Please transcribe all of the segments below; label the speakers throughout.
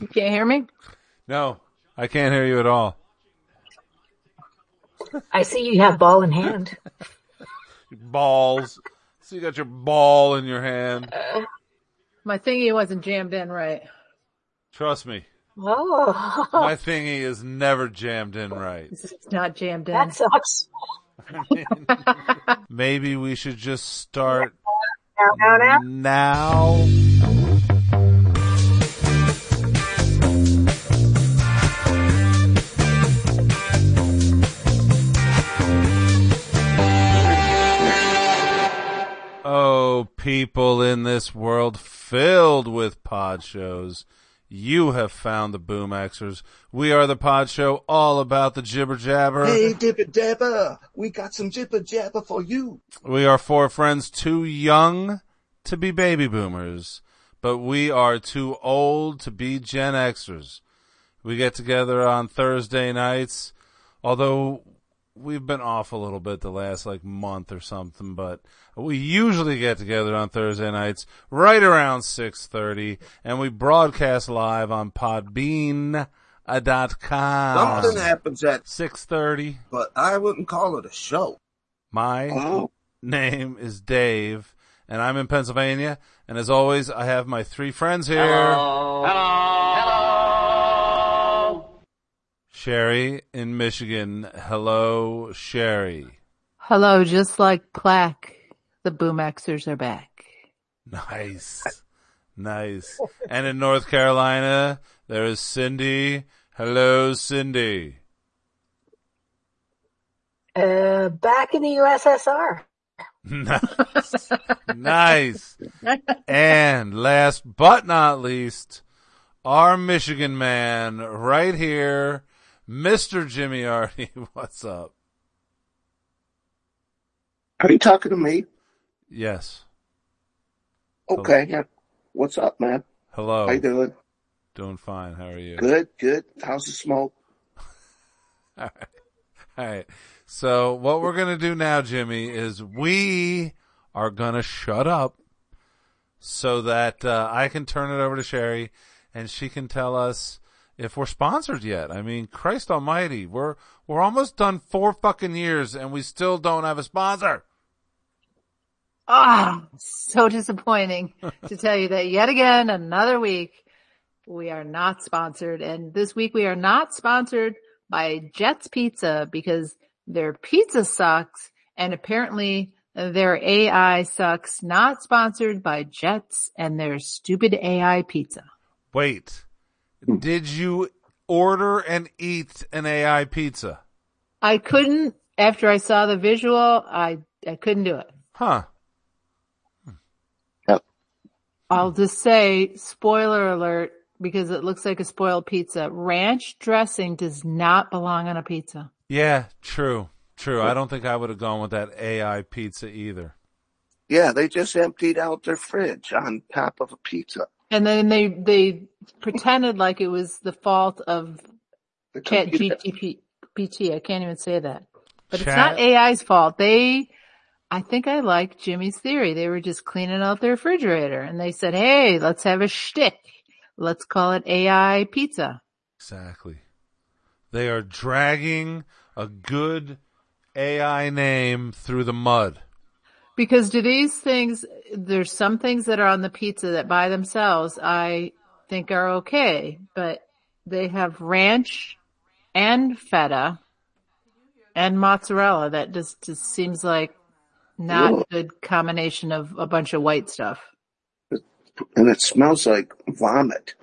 Speaker 1: You can't hear me?
Speaker 2: No, I can't hear you at all.
Speaker 1: I see you have ball in hand.
Speaker 2: Balls. So you got your ball in your hand.
Speaker 3: My thingy wasn't jammed in right.
Speaker 2: Trust me,
Speaker 1: Oh,
Speaker 2: my thingy is never jammed in right.
Speaker 3: It's not jammed in.
Speaker 1: that sucks.
Speaker 2: Maybe we should just start
Speaker 1: Now, now, now.
Speaker 2: now. Oh, people in this world filled with pod shows. You have found the Boomaxers. We are the pod show all about the jibber jabber.
Speaker 4: Hey, Dipper Dabber, we got some Jipper Jabber for you.
Speaker 2: We are four friends too young to be baby boomers, but we are too old to be Gen Xers. We get together on Thursday nights, although we've been off a little bit the last like month or something, but we usually get together on Thursday nights right around 6.30 and we broadcast live on podbean.com.
Speaker 4: Something happens at,
Speaker 2: 6.30.
Speaker 4: but I wouldn't call it a show.
Speaker 2: My
Speaker 4: Oh,
Speaker 2: name is Dave, and I'm in Pennsylvania. And as always, I have my three friends here. Sherry in Michigan. Hello, Sherry.
Speaker 3: Hello, just like plaque, the Boomaxers are back.
Speaker 2: Nice. Nice. And in North Carolina, there is Cindy. Hello, Cindy.
Speaker 1: Uh, back in the USSR.
Speaker 2: Nice. nice. And last but not least, our Michigan man right here, Mr. Jimmy Artie. What's up?
Speaker 4: Are you talking to me?
Speaker 2: Yes.
Speaker 4: Okay, yeah. What's up, man?
Speaker 2: Hello.
Speaker 4: How you doing?
Speaker 2: Doing fine. How are you?
Speaker 4: Good, good. How's the smoke?
Speaker 2: All right. So what we're going to do now, Jimmy, is we are going to shut up so that uh, I can turn it over to Sherry and she can tell us if we're sponsored yet. I mean, Christ almighty, we're, we're almost done four fucking years and we still don't have a sponsor.
Speaker 3: Ah, so disappointing to tell you that yet again, another week, we are not sponsored. And this week we are not sponsored by Jets Pizza because their pizza sucks and apparently their AI sucks. Not sponsored by Jets and their stupid AI pizza.
Speaker 2: Wait,
Speaker 4: Hmm.
Speaker 2: did you order and eat an AI pizza?
Speaker 3: I couldn't, after I saw the visual, I, I couldn't do it.
Speaker 2: Huh.
Speaker 3: I'll just say spoiler alert because it looks like a spoiled pizza. Ranch dressing does not belong on a pizza.
Speaker 2: Yeah, true. True. I don't think I would have gone with that AI pizza either.
Speaker 4: Yeah, they just emptied out their fridge on top of a pizza.
Speaker 3: And then they, they pretended like it was the fault of
Speaker 4: The
Speaker 3: chat
Speaker 4: computer-
Speaker 3: GPT. I can't even say that, but it's
Speaker 2: Chat-
Speaker 3: not AI's fault. They, I think I like Jimmy's theory. They were just cleaning out the refrigerator and they said, Hey, let's have a shtick. Let's call it AI pizza.
Speaker 2: Exactly. They are dragging a good AI name through the mud.
Speaker 3: Because do these things, there's some things that are on the pizza that by themselves I think are okay, but they have ranch and feta and mozzarella that just, just seems like not
Speaker 4: Ew.
Speaker 3: a good combination of a bunch of white stuff.
Speaker 4: and it smells like vomit.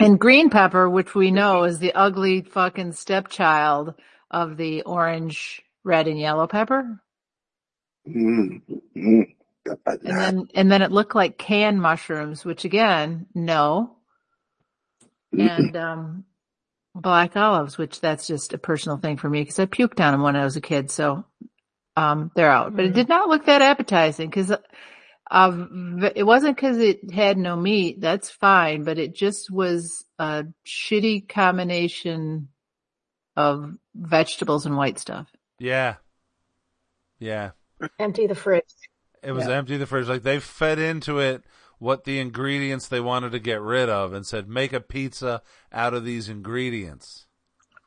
Speaker 3: And green pepper, which we know is the ugly fucking stepchild of the orange, red and yellow pepper.
Speaker 4: Mm, mm.
Speaker 3: And then, and then it looked like canned mushrooms, which again, no. And, um, black olives, which that's just a personal thing for me because I puked on them when I was a kid. So, um, they're out, but it did not look that appetizing because, uh, v- it wasn't because it had no meat. That's fine, but it just was a shitty combination of vegetables and white stuff.
Speaker 2: Yeah. Yeah.
Speaker 1: Empty the fridge.
Speaker 2: It was empty the fridge. Like they fed into it what the ingredients they wanted to get rid of and said, make a pizza out of these ingredients.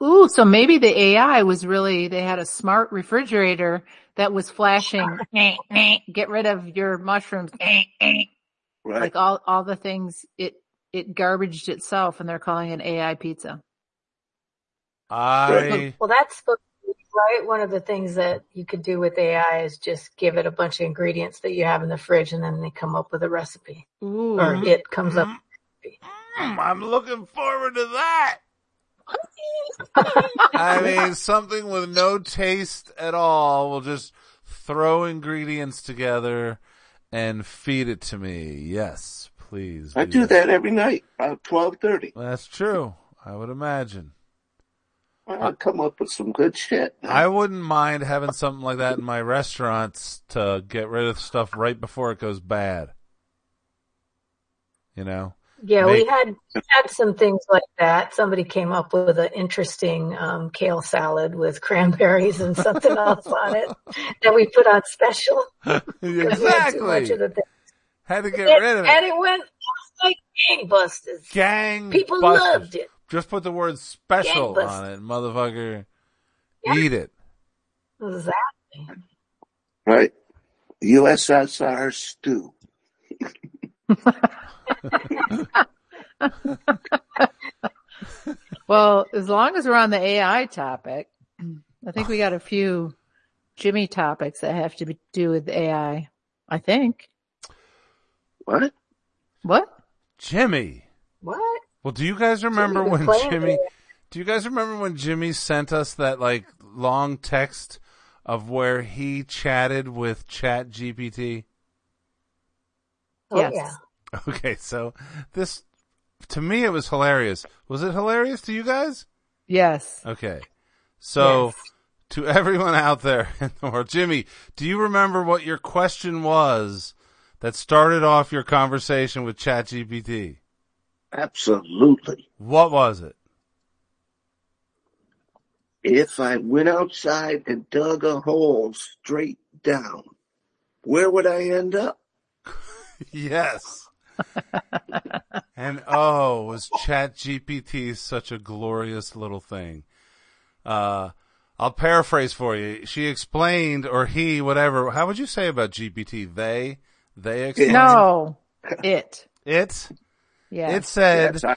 Speaker 3: Ooh, so maybe the AI was really, they had a smart refrigerator that was flashing, "Eh, eh, get rid of your mushrooms, eh, eh,"
Speaker 4: Right.
Speaker 3: like all, all the things it, it garbaged itself and they're calling it AI pizza.
Speaker 2: I,
Speaker 1: Well, that's supposed to be, right. One of the things that you could do with AI is just give it a bunch of ingredients that you have in the fridge, and then they come up with a recipe,
Speaker 3: Ooh.
Speaker 1: or it comes up.
Speaker 2: Mm, I'm looking forward to that. I mean, something with no taste at all will just throw ingredients together and feed it to me. Yes, please.
Speaker 4: I do
Speaker 2: yes.
Speaker 4: that every night about twelve thirty.
Speaker 2: That's true. I would imagine.
Speaker 4: I come up with some good shit.
Speaker 2: I wouldn't mind having something like that in my restaurants to get rid of stuff right before it goes bad. You know?
Speaker 1: Yeah, we
Speaker 2: Make-
Speaker 1: had had some things like that. Somebody came up with an interesting um, kale salad with cranberries and something else on it that we put on special. 'cause we had too much
Speaker 2: exactly.
Speaker 1: of the thing.
Speaker 2: Had to get
Speaker 1: It-
Speaker 2: rid of
Speaker 1: And
Speaker 2: it.
Speaker 1: it went it was like gangbusters.
Speaker 2: Gang.
Speaker 1: People
Speaker 2: busters.
Speaker 1: loved it.
Speaker 2: Just put the word special
Speaker 1: Gangbusters.
Speaker 2: on it, motherfucker.
Speaker 1: Yeah.
Speaker 2: Eat it.
Speaker 1: Exactly.
Speaker 4: Right. USSR stew.
Speaker 3: Well, as long as we're on the AI topic, I think we got a few Jimmy topics that have to be, do with AI. I think.
Speaker 4: What?
Speaker 3: What?
Speaker 2: Jimmy.
Speaker 1: What?
Speaker 2: Well, do you guys remember
Speaker 1: been
Speaker 2: when
Speaker 1: playing
Speaker 2: Jimmy?
Speaker 1: with it.
Speaker 2: Do you guys remember when Jimmy sent us that like long text of where he chatted with Chat GPT?
Speaker 1: Oh,
Speaker 3: Yes.
Speaker 1: yeah.
Speaker 2: Okay, so this to me it was hilarious. Was it hilarious to you guys?
Speaker 3: Yes.
Speaker 2: Okay, so
Speaker 1: Yes.
Speaker 2: to everyone out there in the world, Jimmy, do you remember what your question was that started off your conversation with Chat GPT?
Speaker 4: Absolutely.
Speaker 2: What was it?
Speaker 4: If I went outside and dug a hole straight down, where would I end up?
Speaker 2: Yes. and oh, was Chat GPT such a glorious little thing? Uh, I'll paraphrase for you. She explained, or he, whatever. How would you say about GPT? They, they explained
Speaker 3: No. It.
Speaker 2: it.
Speaker 3: Yeah.
Speaker 2: It said
Speaker 4: Yes, I-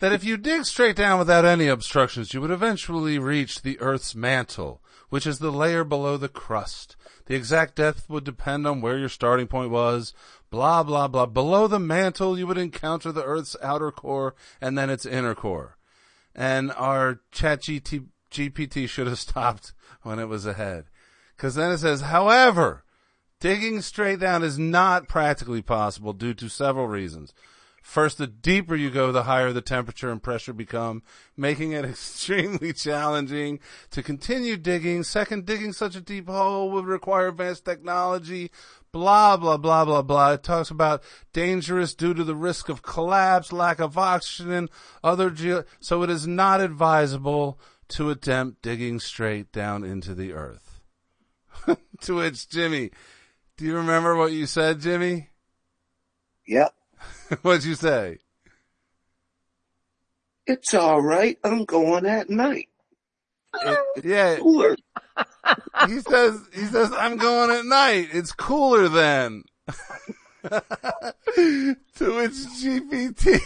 Speaker 2: that if you dig straight down without any obstructions, you would eventually reach the Earth's mantle, which is the layer below the crust. The exact depth would depend on where your starting point was. Blah, blah, blah. Below the mantle, you would encounter the Earth's outer core and then its inner core. And our chat GT, GPT should have stopped when it was ahead. Cause then it says, however, digging straight down is not practically possible due to several reasons. First, the deeper you go, the higher the temperature and pressure become, making it extremely challenging to continue digging. Second, digging such a deep hole would require advanced technology. Blah, blah, blah, blah, blah. It talks about dangerous due to the risk of collapse, lack of oxygen, other ge- so it is not advisable to attempt digging straight down into the earth. to which Jimmy, do you remember what you said, Jimmy?
Speaker 4: Yep.
Speaker 2: What'd you say?
Speaker 4: It's all right. I'm going at night.
Speaker 2: It- yeah,
Speaker 4: Cooler.
Speaker 2: he says he says I'm going at night. It's cooler then. to which GPT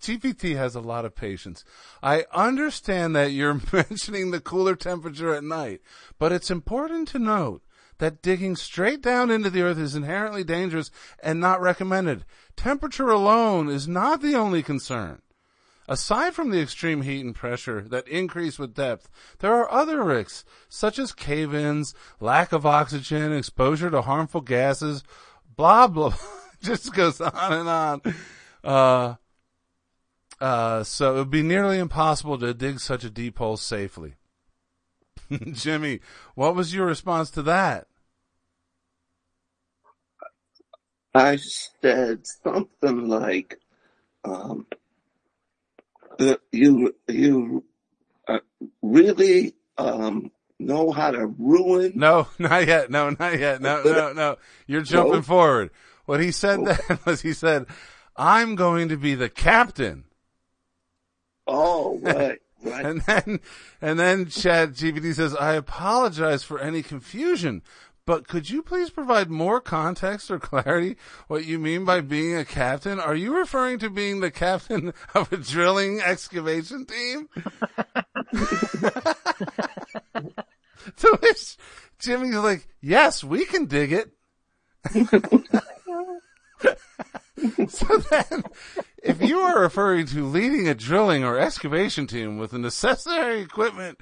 Speaker 2: GPT has a lot of patience. I understand that you're mentioning the cooler temperature at night, but it's important to note that digging straight down into the earth is inherently dangerous and not recommended. Temperature alone is not the only concern. Aside from the extreme heat and pressure that increase with depth, there are other risks, such as cave-ins, lack of oxygen, exposure to harmful gases, blah, blah, just goes on and on. Uh, uh, so it would be nearly impossible to dig such a deep hole safely. Jimmy, what was your response to that?
Speaker 4: I said something like, um, the, you, you uh, really, um, know how to ruin
Speaker 2: No, not yet. No, not yet. No, no, no. You're jumping
Speaker 4: No.
Speaker 2: forward. What he said then was he said, I'm going to be the captain.
Speaker 4: Oh, right, right.
Speaker 2: And then, and then Chad GPT says, I apologize for any confusion, but could you please provide more context or clarity what you mean by being a captain? Are you referring to being the captain of a drilling excavation team? to which Jimmy's like, yes, we can dig it. so then, if you are referring to leading a drilling or excavation team with the necessary equipment,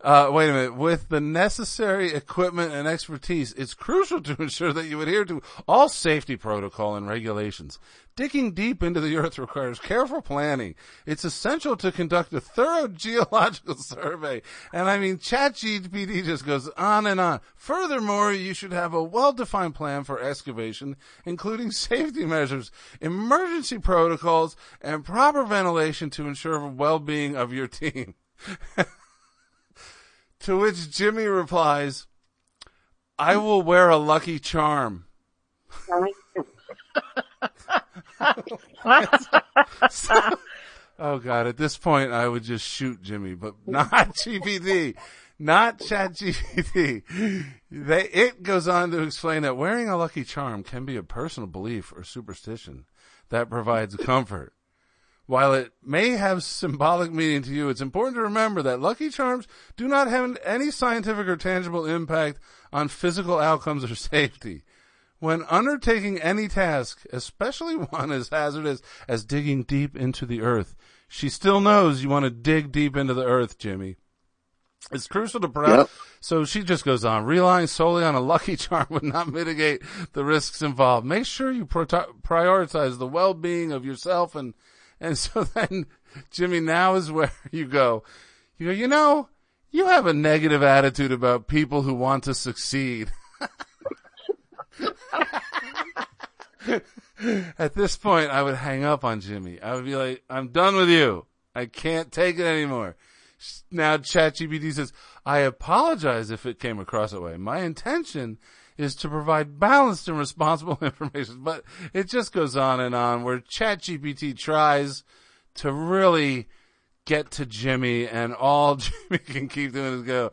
Speaker 2: uh, wait a minute, with the necessary equipment and expertise, it's crucial to ensure that you adhere to all safety protocol and regulations. Digging deep into the earth requires careful planning. It's essential to conduct a thorough geological survey. And I mean, ChatGPT just goes on and on. Furthermore, you should have a well-defined plan for excavation, including safety measures, emergency protocols, and proper ventilation to ensure well-being of your team. to which Jimmy replies, I will wear a lucky charm. So- oh God, at this point I would just shoot Jimmy, but not GPT, not chat GPT. They, it goes on to explain that wearing a lucky charm can be a personal belief or superstition that provides comfort. While it may have symbolic meaning to you, it's important to remember that lucky charms do not have any scientific or tangible impact on physical outcomes or safety. When undertaking any task, especially one as hazardous as digging deep into the earth, she still knows you want to dig deep into the earth, Jimmy. It's crucial to prep.
Speaker 4: Yep.
Speaker 2: So she just goes on. Relying solely on a lucky charm would not mitigate the risks involved. Make sure you pro- prioritize the well-being of yourself and, and so then Jimmy, now is where you go. You go, you know, you have a negative attitude about people who want to succeed. At this point, I would hang up on Jimmy. I would be like, I'm done with you. I can't take it anymore. Now ChatGPT says, I apologize if it came across that way. My intention is to provide balanced and responsible information, but it just goes on and on where ChatGPT tries to really get to Jimmy and all Jimmy can keep doing is go,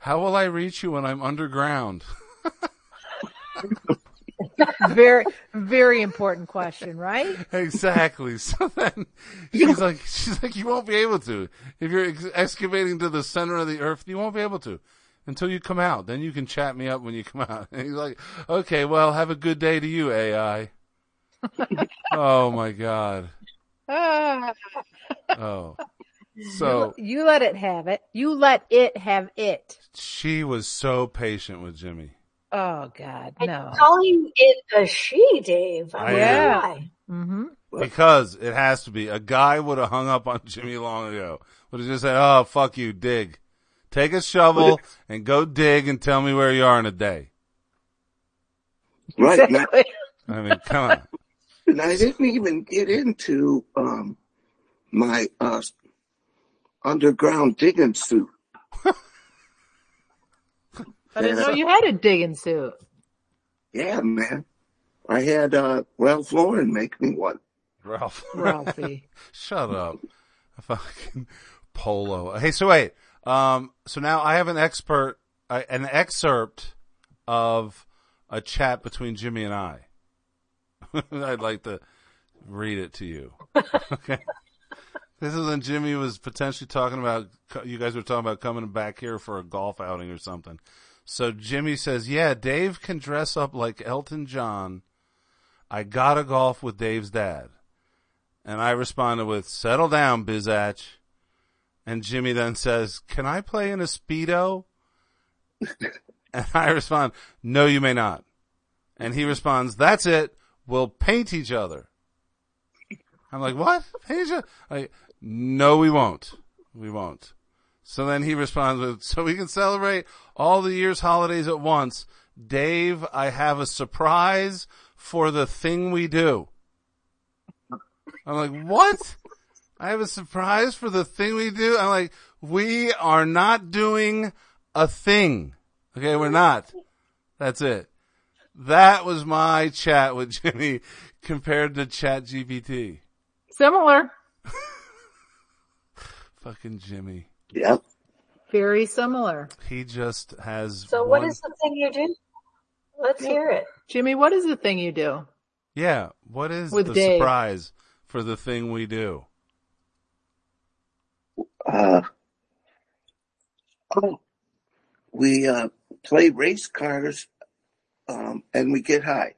Speaker 2: how will I reach you when I'm underground?
Speaker 3: Very, very important question, right?
Speaker 2: Exactly. So then she's like, she's like, you won't be able to. If you're ex- excavating to the center of the earth, you won't be able to until you come out. Then you can chat me up when you come out. And he's like, okay, well, have a good day to you, AI. oh my God.
Speaker 3: Ah.
Speaker 2: Oh. So
Speaker 3: you let it have it. You let it have it.
Speaker 2: she was so patient with Jimmy.
Speaker 3: Oh God,
Speaker 1: And
Speaker 3: no.
Speaker 1: Calling it a she, Dave. I
Speaker 2: I
Speaker 3: am.
Speaker 1: why.
Speaker 3: Mm-hmm.
Speaker 2: Because it has to be. A guy would have hung up on Jimmy long ago. Would have just said, oh, fuck you, dig. Take a shovel and go dig and tell me where you are in a day.
Speaker 4: Right. And I,
Speaker 3: Exactly.
Speaker 2: I mean, come on.
Speaker 4: and I didn't even get into um, my uh, underground digging suit.
Speaker 3: I didn't know you had a digging suit.
Speaker 4: Yeah, man. I had uh, Ralph Lauren make me one.
Speaker 2: Ralph.
Speaker 3: Ralphie.
Speaker 2: Shut up. A fucking polo. Hey, so wait. Um, so now I have an expert, uh, an excerpt of a chat between Jimmy and I. I'd like to read it to you. okay. This is when Jimmy was potentially talking about, you guys were talking about coming back here for a golf outing or something. So Jimmy says, yeah, Dave can dress up like Elton John. I gotta golf with Dave's dad. And I responded with, settle down, Bizatch. And Jimmy then says, can I play in a Speedo? and I respond, no, you may not. And he responds, that's it. We'll paint each other. I'm like, what? Paint each other? Like, no, we won't. We won't. So then he responds with, so we can celebrate all the year's holidays at once. Dave, I have a surprise for the thing we do. I'm like, what? I have a surprise for the thing we do. I'm like, we are not doing a thing. Okay, we're not. That's it. That was my chat with Jimmy compared to Chat GPT.
Speaker 3: Similar.
Speaker 2: Fucking Jimmy.
Speaker 4: Yep.
Speaker 3: Very similar.
Speaker 2: He just has.
Speaker 1: So
Speaker 2: one-
Speaker 1: what is the thing you do? Let's hear it.
Speaker 3: Jimmy, what is the thing you do?
Speaker 2: Yeah. What is
Speaker 3: With
Speaker 2: the
Speaker 3: Dave.
Speaker 2: surprise for the thing we do?
Speaker 4: Uh, oh, we uh, play race cars um, and we get high.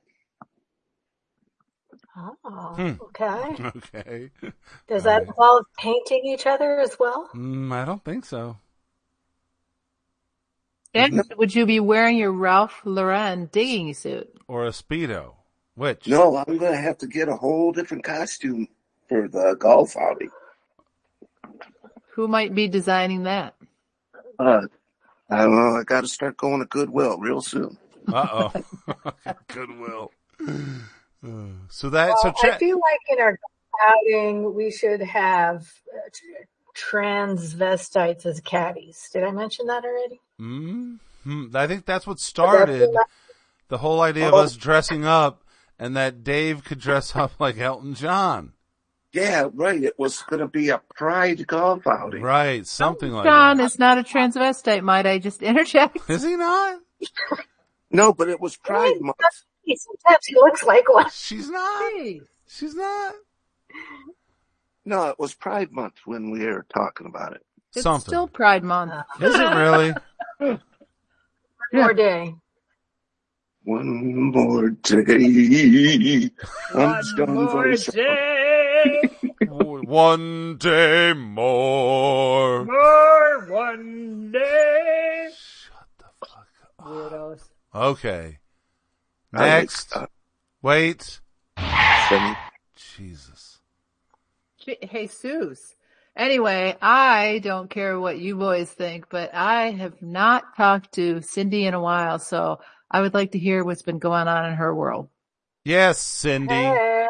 Speaker 1: Oh,
Speaker 2: Hmm.
Speaker 1: okay.
Speaker 2: Okay.
Speaker 1: Does that
Speaker 2: Right.
Speaker 1: involve painting each other as well?
Speaker 2: Mm, I don't think so.
Speaker 3: And would you be wearing your Ralph Lauren digging suit?
Speaker 2: Or a Speedo. Which?
Speaker 4: No, I'm going to have to get a whole different costume for the golf outing.
Speaker 3: Who might be designing that?
Speaker 4: Uh, I don't know. I got to start going to Goodwill real soon.
Speaker 2: Uh oh. Goodwill. Uh, So that, so
Speaker 1: Well, I
Speaker 2: chat.
Speaker 1: feel like in our outing, we should have uh, t- transvestites as caddies. Did I mention that already?
Speaker 2: Mm, hmm, I think that's what
Speaker 1: That's
Speaker 2: started the whole idea of
Speaker 4: Oh.
Speaker 2: us dressing up and that Dave could dress up like Elton John.
Speaker 4: Yeah, right. It was going to be a pride golf outing.
Speaker 2: Right. Something like
Speaker 3: John
Speaker 2: that.
Speaker 3: is not a transvestite, might I just interject?
Speaker 2: Is he not?
Speaker 4: No, but it was pride month.
Speaker 1: Sometimes he looks like one.
Speaker 2: She's not.
Speaker 3: Hey,
Speaker 2: She's not.
Speaker 4: No, it was pride month when we were talking about it.
Speaker 3: it's
Speaker 2: Something.
Speaker 3: still Pride Month.
Speaker 2: Is it really?
Speaker 1: One more day.
Speaker 4: One more day. I'm just going for a song.
Speaker 2: One day more.
Speaker 3: More one day.
Speaker 2: Shut the fuck up.
Speaker 3: Weirdos.
Speaker 2: Okay.
Speaker 4: I like,
Speaker 2: Next.
Speaker 4: uh,
Speaker 2: Wait.
Speaker 4: Sunny.
Speaker 2: Jesus.
Speaker 3: Jesus. Anyway, I don't care what you boys think, but I have not talked to Cindy in a while, so I would like to hear what's been going on in her world.
Speaker 2: Yes, Cindy.
Speaker 1: Hey.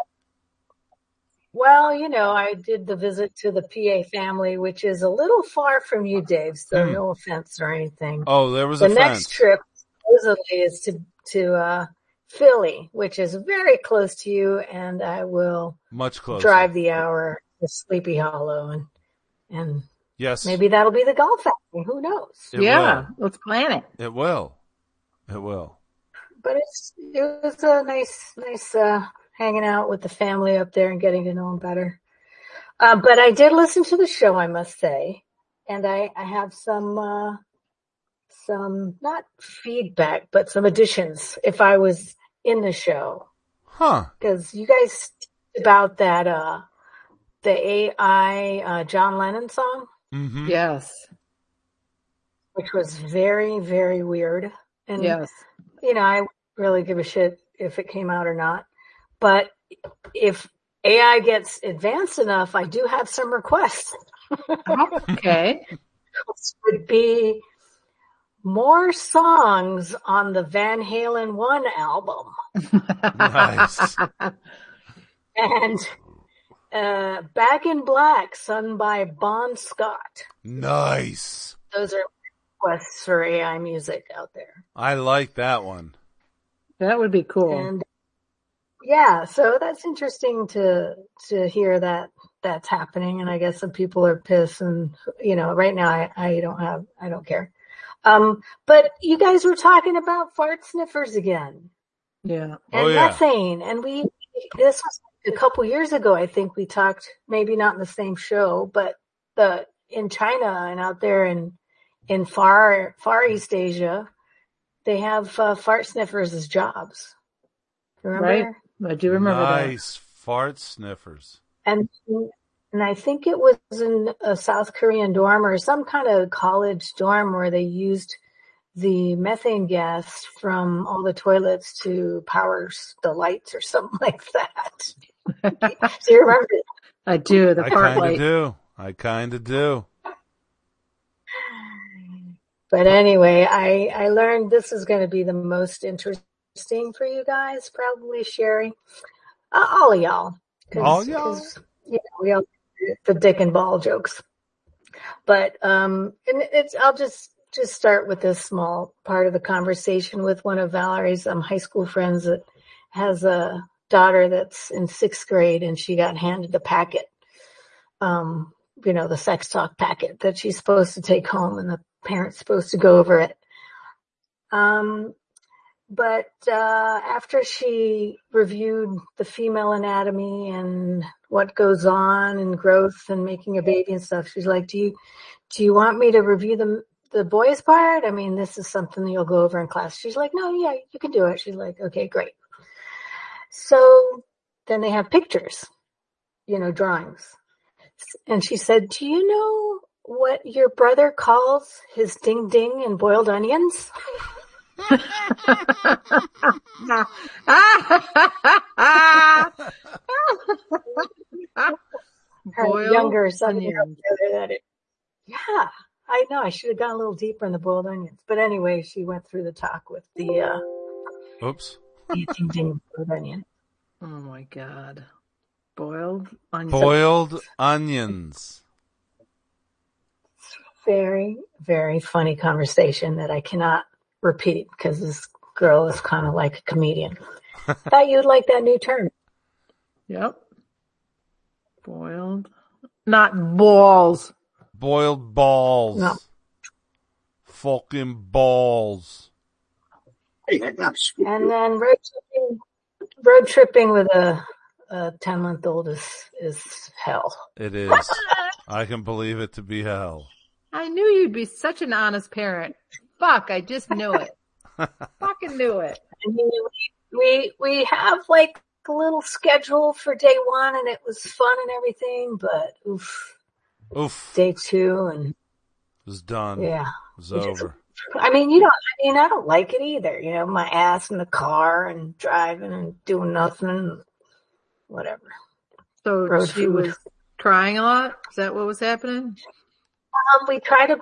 Speaker 1: Well, you know, I did the visit to the PA family, which is a little far from you, Dave, so
Speaker 2: Hmm.
Speaker 1: no offense or anything.
Speaker 2: Oh, there was
Speaker 1: the
Speaker 2: a fence.
Speaker 1: next trip supposedly is to, to, uh, Philly, which is very close to you, and I will
Speaker 2: Much closer.
Speaker 1: drive the hour to Sleepy Hollow and, and
Speaker 2: Yes.
Speaker 1: maybe that'll be the golf outing. Who knows?
Speaker 2: It
Speaker 3: yeah, let's plan it.
Speaker 2: will. It will. It will.
Speaker 1: but it's it was a nice nice uh hanging out with the family up there and getting to know them better uh, but i did listen to the show i must say and i i have some uh some not feedback but some additions if i was in the show
Speaker 2: Huh.
Speaker 1: because you guys talked about that uh the ai uh john lennon song
Speaker 2: Mm-hmm.
Speaker 3: Yes,
Speaker 1: which was very very weird and
Speaker 3: yes.
Speaker 1: you know, I wouldn't really give a shit if it came out or not. But if AI gets advanced enough, I do have some requests,
Speaker 3: Okay.
Speaker 1: which would be more songs on the Van Halen one album
Speaker 2: Nice.
Speaker 1: and uh, Back in Black, sung by Bon Scott.
Speaker 2: Nice.
Speaker 1: Those are requests for AI music out there.
Speaker 2: I like that one.
Speaker 3: That would be cool.
Speaker 1: and yeah so that's interesting to to hear that that's happening and i guess some people are pissed and you know right now i, I don't have i don't care um but you guys were talking about fart sniffers again
Speaker 3: Yeah.
Speaker 1: and
Speaker 2: Oh, yeah.
Speaker 1: methane and we this was a couple years ago i think we talked maybe not in the same show but the in china and out there in in far far east asia they have uh, fart sniffers as jobs remember
Speaker 3: Right. I do remember
Speaker 2: nice fart sniffers.
Speaker 1: and and I think it was in a South Korean dorm or some kind of college dorm where they used the methane gas from all the toilets to power s- the lights or something like that.
Speaker 3: that.
Speaker 1: Do you remember?
Speaker 3: I do. The
Speaker 2: I
Speaker 3: part
Speaker 2: kind of
Speaker 3: light.
Speaker 2: do. I kind of do.
Speaker 1: But anyway, I I learned this is going to be the most interesting for you guys, probably Sherry, uh, all of y'all,
Speaker 2: All
Speaker 1: because
Speaker 2: y'all.
Speaker 1: you know we all the dick and ball jokes. But um, and it's I'll just just start with this small part of a conversation with one of Valerie's um, high school friends that has a daughter that's in sixth grade and she got handed the packet, um, you know, the sex talk packet that she's supposed to take home and the parent's supposed to go over it. Um, but uh, after she reviewed the female anatomy and what goes on and growth and making a baby and stuff, she's like, "Do you do you want me to review the the boys part? I mean, this is something that you'll go over in class." She's like, "No, yeah, you can do it." She's like, "Okay, great." So then they have pictures, you know, drawings, and she said, "Do you know what your brother calls his ding ding and boiled onions?"
Speaker 3: Boiled
Speaker 1: younger son
Speaker 3: onions.
Speaker 1: Yeah, I know. I should have gone a little deeper in the boiled onions, but anyway, she went through the talk with the uh,
Speaker 2: Oops.
Speaker 1: the ding ding boiled onion.
Speaker 3: Oh my god. Boiled onions.
Speaker 2: Boiled onions.
Speaker 1: Very very funny conversation that I cannot repeat because this girl is kind of like a comedian. Thought you'd like that new term.
Speaker 3: Yep. Boiled. Not balls.
Speaker 2: Boiled balls.
Speaker 1: No.
Speaker 2: Fucking balls.
Speaker 4: Hey, I got screwed.
Speaker 1: And then road tripping, road tripping with a a ten month old is is hell.
Speaker 2: It is. I can believe it to be hell.
Speaker 3: I knew you'd be such an honest parent. Fuck, I just knew it. Fucking knew it.
Speaker 1: I mean, we we we have like a little schedule for day one, and it was fun and everything, but oof,
Speaker 2: Oof. It
Speaker 1: day two, and
Speaker 2: was done. It
Speaker 1: yeah,
Speaker 2: was over.
Speaker 1: I mean, you don't. I mean, I don't like it either. You know, my ass in the car and driving and doing nothing, and whatever.
Speaker 3: So
Speaker 1: Road
Speaker 3: she
Speaker 1: food.
Speaker 3: was crying a lot? Is that what was happening?
Speaker 1: Um, we try to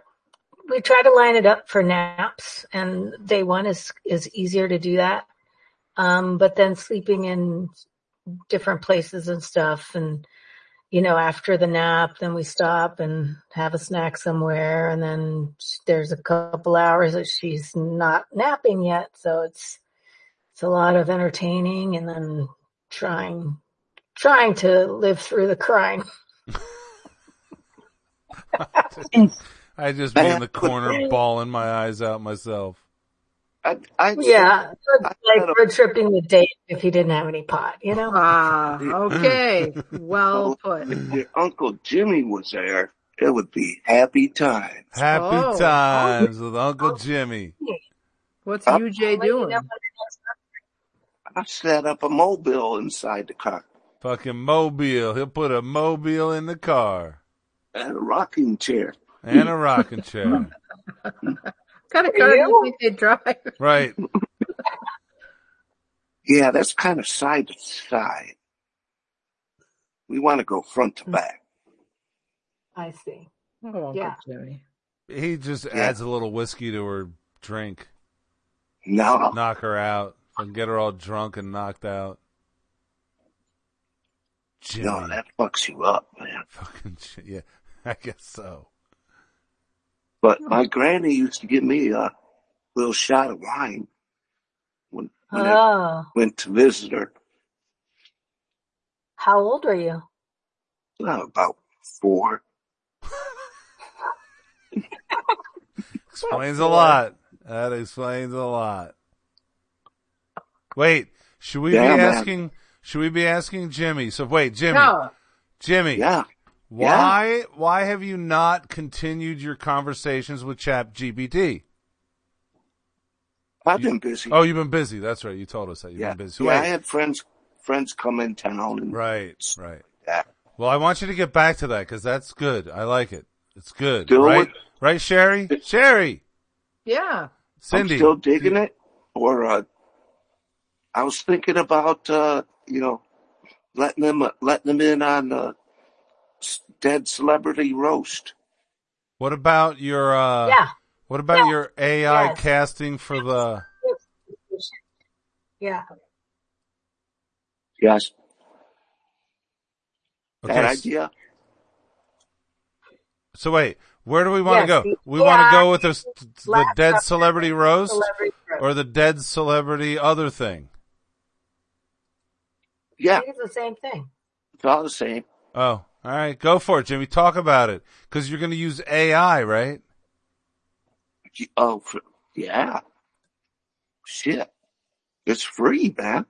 Speaker 1: we try to line it up for naps, and day one is is easier to do that. Um, but then sleeping in different places and stuff, and you know, after the nap, then we stop and have a snack somewhere, and then sh- there's a couple hours that she's not napping yet, so it's it's a lot of entertaining, and then trying trying to live through the crying.
Speaker 2: I'd just be in the corner bawling my eyes out myself.
Speaker 4: I, I,
Speaker 1: Yeah,
Speaker 4: I
Speaker 1: like
Speaker 4: had a-
Speaker 1: road tripping with Dave if he didn't have any pot, you know.
Speaker 3: Ah, okay. Well
Speaker 4: Oh,
Speaker 3: put.
Speaker 4: if your Uncle Jimmy was there, it would be happy times.
Speaker 2: Happy
Speaker 3: Oh.
Speaker 2: times with Uncle Jimmy.
Speaker 3: What's
Speaker 4: I'll,
Speaker 3: UJ
Speaker 1: Let you know
Speaker 3: doing?
Speaker 1: what it is.
Speaker 4: I'll set up a mobile inside the car
Speaker 2: Fucking mobile. He'll put a mobile in the car
Speaker 4: and a rocking chair.
Speaker 2: and a rocking chair.
Speaker 3: kind of
Speaker 1: For
Speaker 3: car do you
Speaker 1: you?
Speaker 3: think they drive?
Speaker 2: Right.
Speaker 4: Yeah, that's kind of side to side. We want to go front
Speaker 2: Hmm.
Speaker 4: to back.
Speaker 1: I see.
Speaker 3: Oh, Uncle
Speaker 1: Yeah.
Speaker 3: Jimmy.
Speaker 2: He just
Speaker 4: Yeah.
Speaker 2: adds a little whiskey to her drink.
Speaker 4: No,
Speaker 2: Knock her out. Fucking get her all drunk and knocked out.
Speaker 4: no,
Speaker 2: Jimmy.
Speaker 4: that fucks you up, man.
Speaker 2: Fucking shit. Yeah, I guess so.
Speaker 4: Oh, But my granny used to give me a little shot of wine when, when I
Speaker 1: Oh,
Speaker 4: went to visit her.
Speaker 1: how old are you?
Speaker 4: Well, uh, about four.
Speaker 2: Explains a lot. That explains a lot. Wait, should we
Speaker 4: Yeah,
Speaker 2: be
Speaker 4: man.
Speaker 2: asking? Should we be asking Jimmy? So wait, Jimmy,
Speaker 3: No.
Speaker 2: Jimmy,
Speaker 4: Yeah.
Speaker 2: why why have you not continued your conversations with Chap GBD?
Speaker 4: I've been busy.
Speaker 2: Oh, you've been busy. That's right. You told us that you've
Speaker 4: yeah.
Speaker 2: been busy. So
Speaker 4: Yeah, I
Speaker 2: wait,
Speaker 4: had friends, friends come in town and
Speaker 2: right, right.
Speaker 4: that.
Speaker 2: Well, I want you to get back to that because that's good. I like it. It's good,
Speaker 4: Still
Speaker 2: right?
Speaker 4: with-
Speaker 2: Right, Sherry, Sherry,
Speaker 3: Yeah.
Speaker 2: Cindy.
Speaker 4: I'm still digging it. Or uh, I was thinking about uh, you know letting them uh, letting them in on the s- dead celebrity roast.
Speaker 2: What about your? uh
Speaker 1: yeah.
Speaker 2: What about
Speaker 1: Yeah.
Speaker 2: your AI
Speaker 1: Yes.
Speaker 2: casting for the?
Speaker 1: Yeah.
Speaker 4: Yes,
Speaker 2: Okay,
Speaker 4: that
Speaker 2: s-
Speaker 4: idea.
Speaker 2: So wait, where do we want to
Speaker 1: Yes,
Speaker 2: go?
Speaker 1: the
Speaker 2: We want to
Speaker 1: AI
Speaker 2: go with the, the dead
Speaker 1: laptop
Speaker 2: celebrity roast
Speaker 1: celebrity roast.
Speaker 2: or the dead celebrity other thing?
Speaker 1: I
Speaker 4: Yeah,
Speaker 1: think it's the same thing.
Speaker 4: it's all the same.
Speaker 2: Oh, all right. Go for it, Jimmy. Talk about it. Cause you're going to use AI, right?
Speaker 4: Y- Oh, fr- yeah. Shit, it's free, man.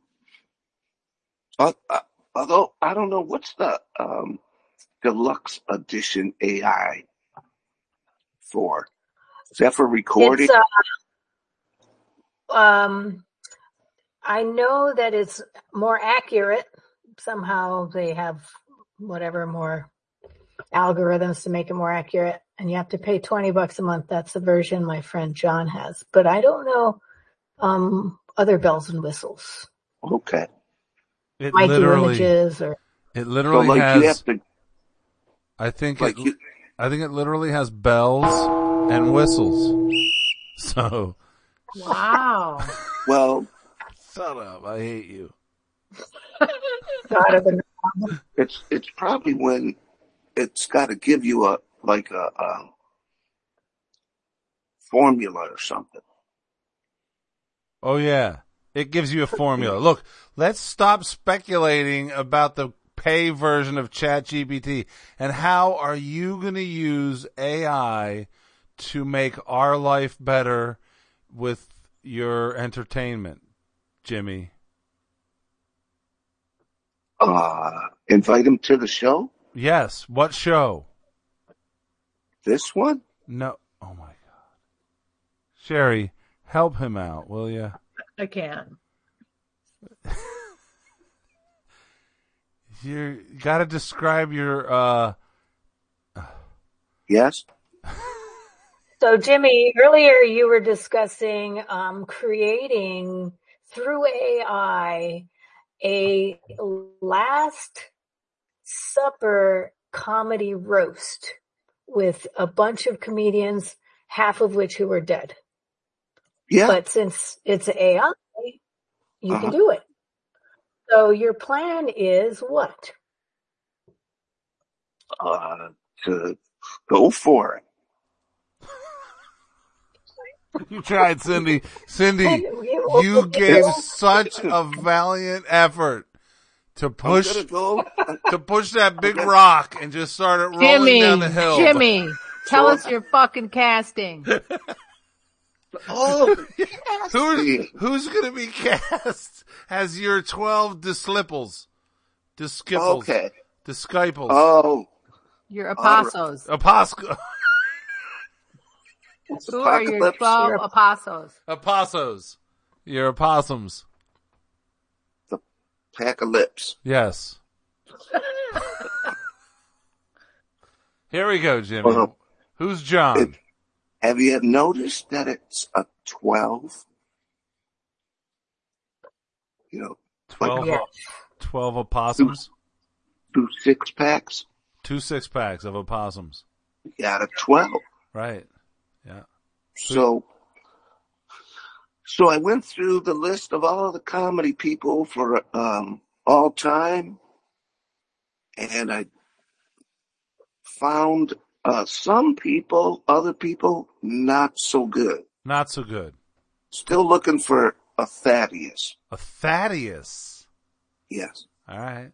Speaker 4: Uh, uh, although I don't know what's the um, deluxe edition AI for. Is that for recording?
Speaker 1: It's uh, um, I know that it's more accurate. Somehow they have whatever more algorithms to make it more accurate, and you have to pay twenty bucks a month. That's the version my friend John has, but I don't know um, other bells and whistles.
Speaker 4: Okay.
Speaker 2: It
Speaker 1: Might do
Speaker 2: literally,
Speaker 1: images or
Speaker 2: it
Speaker 4: So
Speaker 2: literally
Speaker 4: like you
Speaker 2: has,
Speaker 4: have to
Speaker 2: I think it,
Speaker 4: like you
Speaker 2: I think it literally has bells and whistles. So
Speaker 3: Wow.
Speaker 4: well,
Speaker 2: shut up. I hate you.
Speaker 1: God of the novel.
Speaker 4: it's it's probably when it's got to give you a like a, a formula or something.
Speaker 2: Oh yeah. It gives you a formula. Look, let's stop speculating about the pay version of ChatGPT and how are you going to use AI to make our life better with your entertainment, Jimmy?
Speaker 4: Uh, invite him to the show.
Speaker 2: Yes. What show?
Speaker 4: This one.
Speaker 2: No. Oh my God. Sherry, help him out, will you?
Speaker 3: I can.
Speaker 2: You got to describe your, uh,
Speaker 4: Yes.
Speaker 1: So, Jimmy, earlier you were discussing um, creating through AI a last supper comedy roast with a bunch of comedians, half of which who are dead.
Speaker 4: Yeah.
Speaker 1: But since it's AI, you
Speaker 4: Uh
Speaker 1: can
Speaker 4: huh.
Speaker 1: do it. So your plan is what?
Speaker 4: Uh, to go for it.
Speaker 2: You tried, Cindy. Cindy, you gave
Speaker 4: It's.
Speaker 2: such a valiant effort to
Speaker 4: I'm gonna
Speaker 2: push
Speaker 4: go. I'm,
Speaker 2: to push that
Speaker 4: I'm
Speaker 2: big
Speaker 4: gonna.
Speaker 2: rock and just start it rolling down the
Speaker 3: Jimmy,
Speaker 2: hill.
Speaker 3: Jimmy, tell
Speaker 4: Well,
Speaker 3: us your fucking casting.
Speaker 4: oh,
Speaker 2: Who's
Speaker 4: casting.
Speaker 2: who's gonna be cast as your twelve dislipples, disciples,
Speaker 4: Okay.
Speaker 2: disciples,
Speaker 4: Oh,
Speaker 3: Your
Speaker 4: all right.
Speaker 3: apostles.
Speaker 2: apos-
Speaker 4: It's
Speaker 3: Who are your
Speaker 4: apocalypse.
Speaker 3: 12
Speaker 1: Your
Speaker 3: apostles?
Speaker 2: apostles, your opossums?
Speaker 4: The apocalypse.
Speaker 2: Yes. Here we go, Jimmy.
Speaker 4: Well,
Speaker 2: Who's
Speaker 4: it,
Speaker 2: John?
Speaker 4: have you noticed that it's a twelve? You know, like a
Speaker 2: Twelve,
Speaker 1: yes.
Speaker 2: o- twelve
Speaker 4: two,
Speaker 2: opossums,
Speaker 4: two six packs.
Speaker 2: two six packs of opossums.
Speaker 4: Got a twelve.
Speaker 2: Right. Yeah. Who-
Speaker 4: So, so I went through the list of all the comedy people for um, all time, and I found uh, some people, other people, not so good.
Speaker 2: Not so good.
Speaker 4: Still looking for a Thaddeus.
Speaker 2: A Thaddeus.
Speaker 4: Yes.
Speaker 2: All right.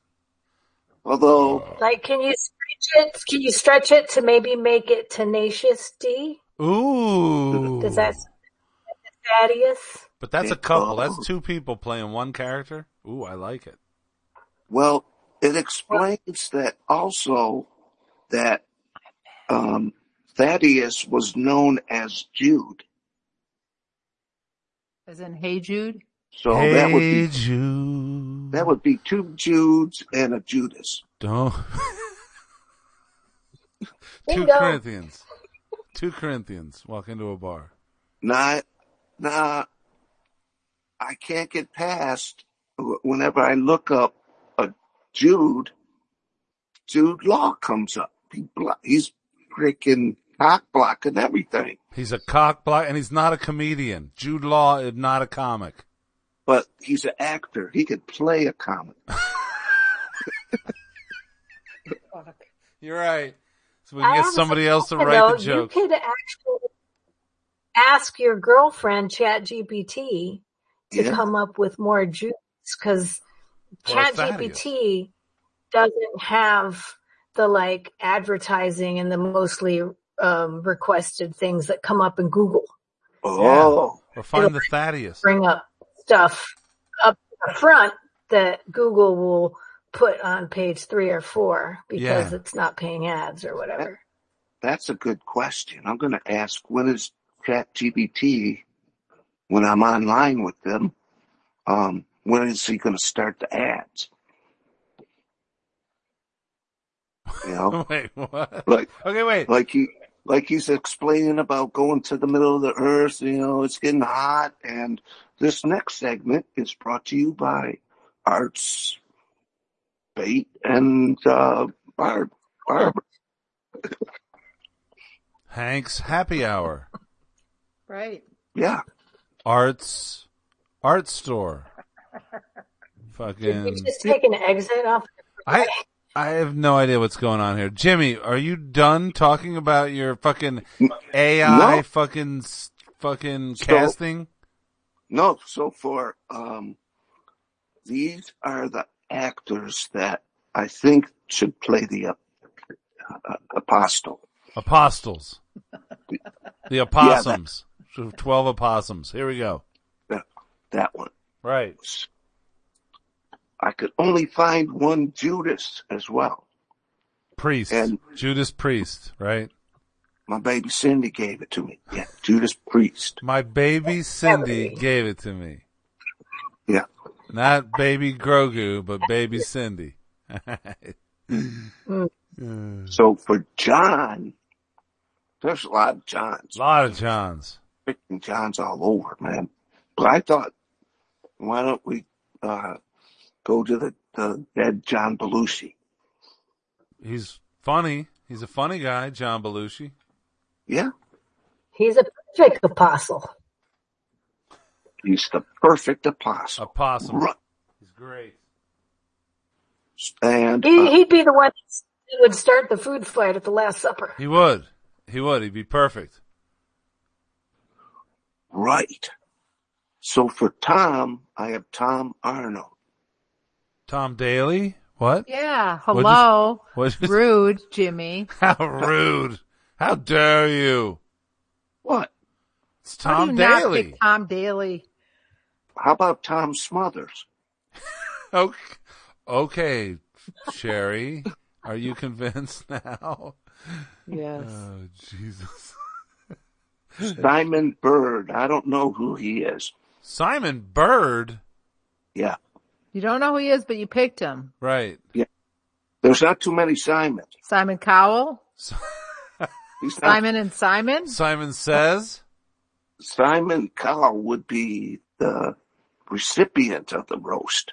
Speaker 4: Although,
Speaker 1: Like, can you stretch it? Can you stretch it to maybe make it tenacious D? Does that
Speaker 2: Ooh.
Speaker 1: Thaddeus?
Speaker 2: But that's a
Speaker 4: it,
Speaker 2: couple. That's
Speaker 4: oh,
Speaker 2: two people playing one character. Ooh, I like it.
Speaker 4: well, it
Speaker 1: Well,
Speaker 4: explains that also that um, Thaddeus was known as Jude.
Speaker 3: As in, hey Jude?
Speaker 4: So that would be
Speaker 2: Hey Jude.
Speaker 4: that would be two Judes and a Judas.
Speaker 2: Don't. two
Speaker 1: bingo.
Speaker 2: Corinthians. Two Corinthians walk into a bar.
Speaker 4: Nah, nah, I can't get past wh- whenever I look up a Jude Jude Law comes up. He blo- he's freaking cock blocking everything.
Speaker 2: He's a cock block and he's not a comedian. Jude Law is not a comic.
Speaker 4: But he's an actor. He could play a comic.
Speaker 3: Fuck.
Speaker 2: You're right. So we can
Speaker 1: Um, I
Speaker 2: get
Speaker 1: have a
Speaker 2: somebody else to
Speaker 1: suggestion,
Speaker 2: write
Speaker 1: though.
Speaker 2: the joke.
Speaker 1: You could actually ask your girlfriend ChatGPT to
Speaker 4: Yeah.
Speaker 1: come up with more jokes because
Speaker 2: Or Thaddeus.
Speaker 1: ChatGPT doesn't have the like advertising and the mostly um, requested things that come up in Google.
Speaker 4: Oh,
Speaker 2: Or find the Thaddeus.
Speaker 1: Bring up stuff up front that Google will put on page three or four because
Speaker 2: Yeah.
Speaker 1: it's not paying ads or whatever.
Speaker 4: that's a good question. I'm going to ask when is ChatGPT when I'm online with them? Um, when is he going to start the ads? You know,
Speaker 2: wait, what?
Speaker 4: like
Speaker 2: Okay, wait.
Speaker 4: like he like he's explaining about going to the middle of the earth. You know, it's getting hot, and this next segment is brought to you by Arts Bait and uh, Barb. Barb.
Speaker 2: Hank's Happy Hour.
Speaker 3: Right.
Speaker 4: Yeah,
Speaker 2: Arts Art Store.
Speaker 1: Did we
Speaker 2: Fucking
Speaker 1: just take an exit off?
Speaker 2: I I have no idea what's going on here. Jimmy, are you done talking about your fucking AI
Speaker 4: No.
Speaker 2: fucking s- fucking
Speaker 4: So-
Speaker 2: casting?
Speaker 4: no. So for um, these are the actors that I think should play the uh, uh, apostle.
Speaker 2: Apostles. The
Speaker 4: that-
Speaker 2: opossums. So 12 opossums. Here we go.
Speaker 4: That, that one.
Speaker 2: Right.
Speaker 4: I could only find one Judas as well.
Speaker 2: Priest.
Speaker 4: And-
Speaker 2: Judas Priest, right?
Speaker 4: My baby Cindy gave it to me. Yeah, Judas Priest.
Speaker 2: My baby Cindy
Speaker 1: Celery.
Speaker 2: gave it to me.
Speaker 4: Yeah,
Speaker 2: Not baby Grogu, but baby Cindy.
Speaker 1: Mm.
Speaker 2: A
Speaker 4: So for John, there's a lot of Johns.
Speaker 2: lot of Johns.
Speaker 4: Freaking Johns all over, man. But I thought, why don't we uh, go to the, the dead John Belushi?
Speaker 2: He's funny. He's a funny guy, John Belushi.
Speaker 4: Yeah,
Speaker 1: He's a perfect apostle.
Speaker 4: he's the perfect apostle.
Speaker 2: A possum.
Speaker 4: Right.
Speaker 2: He's great.
Speaker 4: And
Speaker 1: He
Speaker 4: uh,
Speaker 1: he'd be the one that would start the food fight at the Last Supper.
Speaker 2: He would. He would. He'd be perfect.
Speaker 4: right. So for Tom, I have Tom Arnold.
Speaker 2: Tom Daly? What?
Speaker 3: Yeah.
Speaker 2: What'd you-
Speaker 3: Hello.
Speaker 2: what'd you-
Speaker 3: Rude, Jimmy.
Speaker 2: How rude. How dare you?
Speaker 4: What?
Speaker 2: It's
Speaker 3: How
Speaker 2: Tom
Speaker 3: do you not
Speaker 2: Daly.
Speaker 3: pick Tom Daly?
Speaker 4: How about Tom Smothers?
Speaker 2: Okay, okay, Sherry, are you convinced now?
Speaker 3: Yes.
Speaker 2: Oh Jesus!
Speaker 4: Simon Bird. I don't know who he is.
Speaker 2: Simon Bird,
Speaker 4: Yeah,
Speaker 3: You don't know who he is, but you picked him.
Speaker 2: right?
Speaker 4: there's not too many Simons.
Speaker 3: Simon Cowell,
Speaker 2: Si-
Speaker 4: He's not
Speaker 3: Simon and Simon.
Speaker 2: Simon says,
Speaker 4: Simon Cowell would be the recipient of the roast.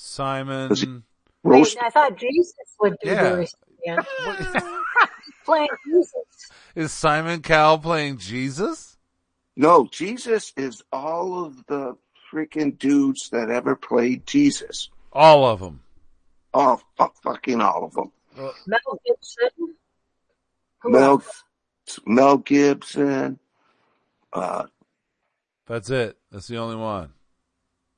Speaker 2: Simon.
Speaker 1: Wait,
Speaker 4: Roast.
Speaker 1: I thought Jesus would be
Speaker 2: Yeah.
Speaker 1: the recipient.
Speaker 2: What-
Speaker 1: Playing Jesus.
Speaker 2: Is Simon Cowell playing Jesus?
Speaker 4: No, Jesus is all of the freaking dudes that ever played Jesus.
Speaker 2: All of them.
Speaker 4: Oh, fuck, fucking all of them.
Speaker 1: Mel Gibson. Who
Speaker 4: Mel-
Speaker 1: else?
Speaker 4: Mel Gibson. Uh,
Speaker 2: That's it. That's the only one.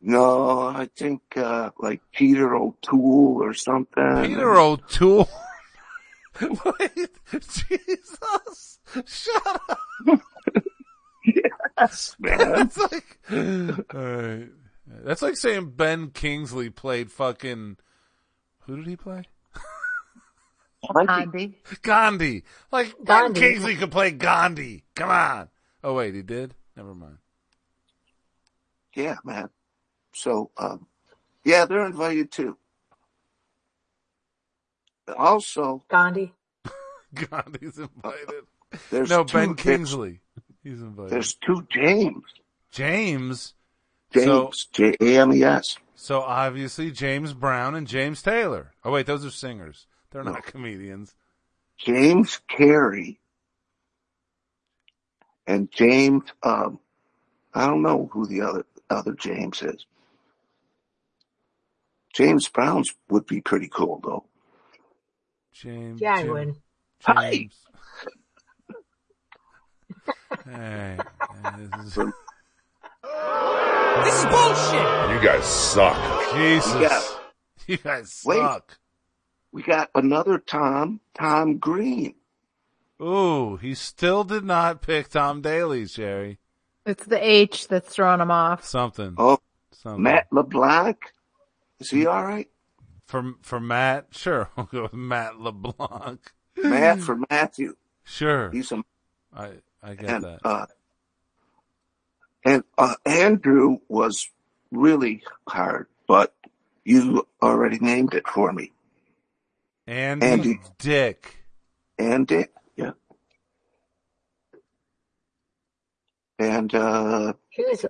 Speaker 4: no, I think, uh, like Peter O'Toole or something.
Speaker 2: Peter O'Toole. Wait, Jesus! Shut up!
Speaker 4: yes, man.
Speaker 2: That's like, alright. That's like saying Ben Kingsley played fucking, who did he play?
Speaker 3: Gandhi.
Speaker 2: Gandhi! Like, Ben
Speaker 1: Gandhi.
Speaker 2: Kingsley could play Gandhi! Come on! Oh wait, he did? Never mind.
Speaker 4: yeah, man. So, um, yeah, they're invited too. Also,
Speaker 1: Gandhi.
Speaker 2: Gandhi's invited.
Speaker 4: there's
Speaker 2: No,
Speaker 4: two
Speaker 2: Ben
Speaker 4: there's-
Speaker 2: Kingsley. He's invited.
Speaker 4: There's two James.
Speaker 2: James. So,
Speaker 4: James, J A M E S.
Speaker 2: so obviously James Brown and James Taylor. Oh wait, those are singers. They're not comedians.
Speaker 4: James Carey and James, um, I don't know who the other, other James is. James Brown's would be pretty cool though.
Speaker 2: James.
Speaker 1: Yeah, I
Speaker 2: Jim-
Speaker 1: would.
Speaker 4: Hi.
Speaker 2: James. hey, this is-
Speaker 5: This is bullshit.
Speaker 6: You guys suck.
Speaker 2: Jesus.
Speaker 4: Yeah.
Speaker 2: You guys
Speaker 4: Wait.
Speaker 2: suck.
Speaker 4: We got another Tom, Tom Green.
Speaker 2: Ooh, he still did not pick Tom Daly, Sherry.
Speaker 3: It's the H that's throwing him off.
Speaker 2: Something.
Speaker 4: Oh,
Speaker 2: Something.
Speaker 4: Matt LeBlanc. Is
Speaker 2: Mm-hmm.
Speaker 4: he all right?
Speaker 2: For, for Matt, sure. We'll go with Matt LeBlanc.
Speaker 4: Matt for Matthew.
Speaker 2: Sure.
Speaker 4: He's a
Speaker 2: I, I get
Speaker 4: and
Speaker 2: that.
Speaker 4: uh, and uh, Andrew was really hard, but you already named it for me.
Speaker 2: Andy,
Speaker 4: Andy.
Speaker 2: Dick.
Speaker 4: And it, yeah. And uh,
Speaker 1: He was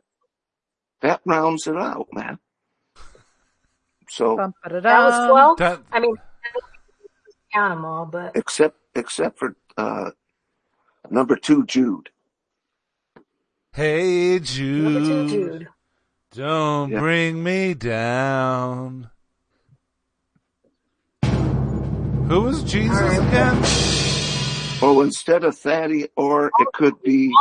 Speaker 4: that rounds it out, man. So
Speaker 3: Bump it
Speaker 1: that was twelve.
Speaker 2: That,
Speaker 1: I mean, I don't count them all, but
Speaker 4: except except for uh, number two, Jude.
Speaker 2: hey,
Speaker 1: number
Speaker 2: Jude.
Speaker 1: two, Jude.
Speaker 2: Don't
Speaker 4: Yeah.
Speaker 2: bring me down. Who was Jesus
Speaker 1: All right.
Speaker 2: again?
Speaker 4: Well, instead of Thaddeus, or it could be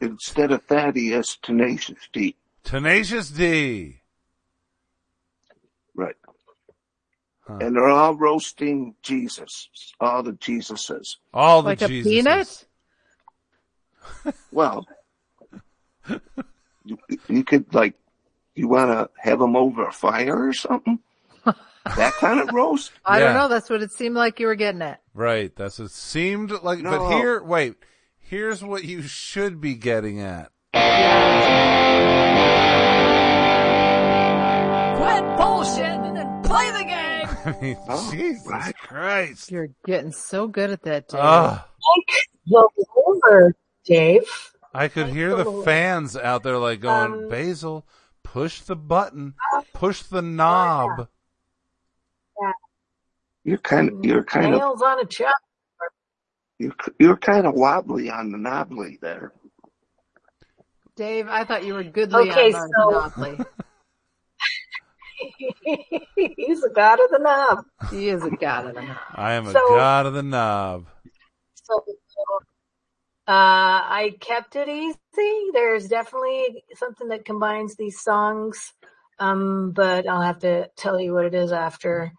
Speaker 4: instead of Thaddeus, Tenacious D.
Speaker 2: Tenacious D.
Speaker 4: Right.
Speaker 2: Huh.
Speaker 4: And they're all roasting Jesus, all the Jesuses.
Speaker 2: All the
Speaker 3: Like a
Speaker 2: Jesus.
Speaker 3: peanut?
Speaker 4: Well, you, you could like, you want to have them over a fire or something? That kind of roast?
Speaker 3: I
Speaker 2: Yeah.
Speaker 3: don't know. That's what it seemed like you were getting at.
Speaker 2: Right. That's what seemed like. But
Speaker 4: No.
Speaker 2: here, wait. Here's what you should be getting at.
Speaker 5: Quit bullshitting and play the game.
Speaker 2: I mean,
Speaker 4: Oh,
Speaker 2: Jesus
Speaker 4: right.
Speaker 2: Christ. Ah,
Speaker 3: You're getting so good at that, Dave.
Speaker 2: Ugh.
Speaker 1: Thank the Lord, Dave.
Speaker 2: I could
Speaker 1: Thank
Speaker 2: hear
Speaker 1: the
Speaker 2: the
Speaker 1: Lord.
Speaker 2: fans out there like going,
Speaker 1: Um,
Speaker 2: Basil, push the button, push the knob.
Speaker 4: You're kind of, you're kind of,
Speaker 1: Nails on a chalk.
Speaker 4: you're, you're kind of wobbly on the knobbly there.
Speaker 3: Dave, I thought you were goodly
Speaker 1: Okay,
Speaker 3: on
Speaker 1: so-
Speaker 3: Monopoly.
Speaker 1: He's the god of the knob.
Speaker 3: He is a god of them.
Speaker 2: I am a
Speaker 1: So-
Speaker 2: god of the knob.
Speaker 1: So, uh, I kept it easy. There's definitely something that combines these songs, um, but I'll have to tell you what it is after,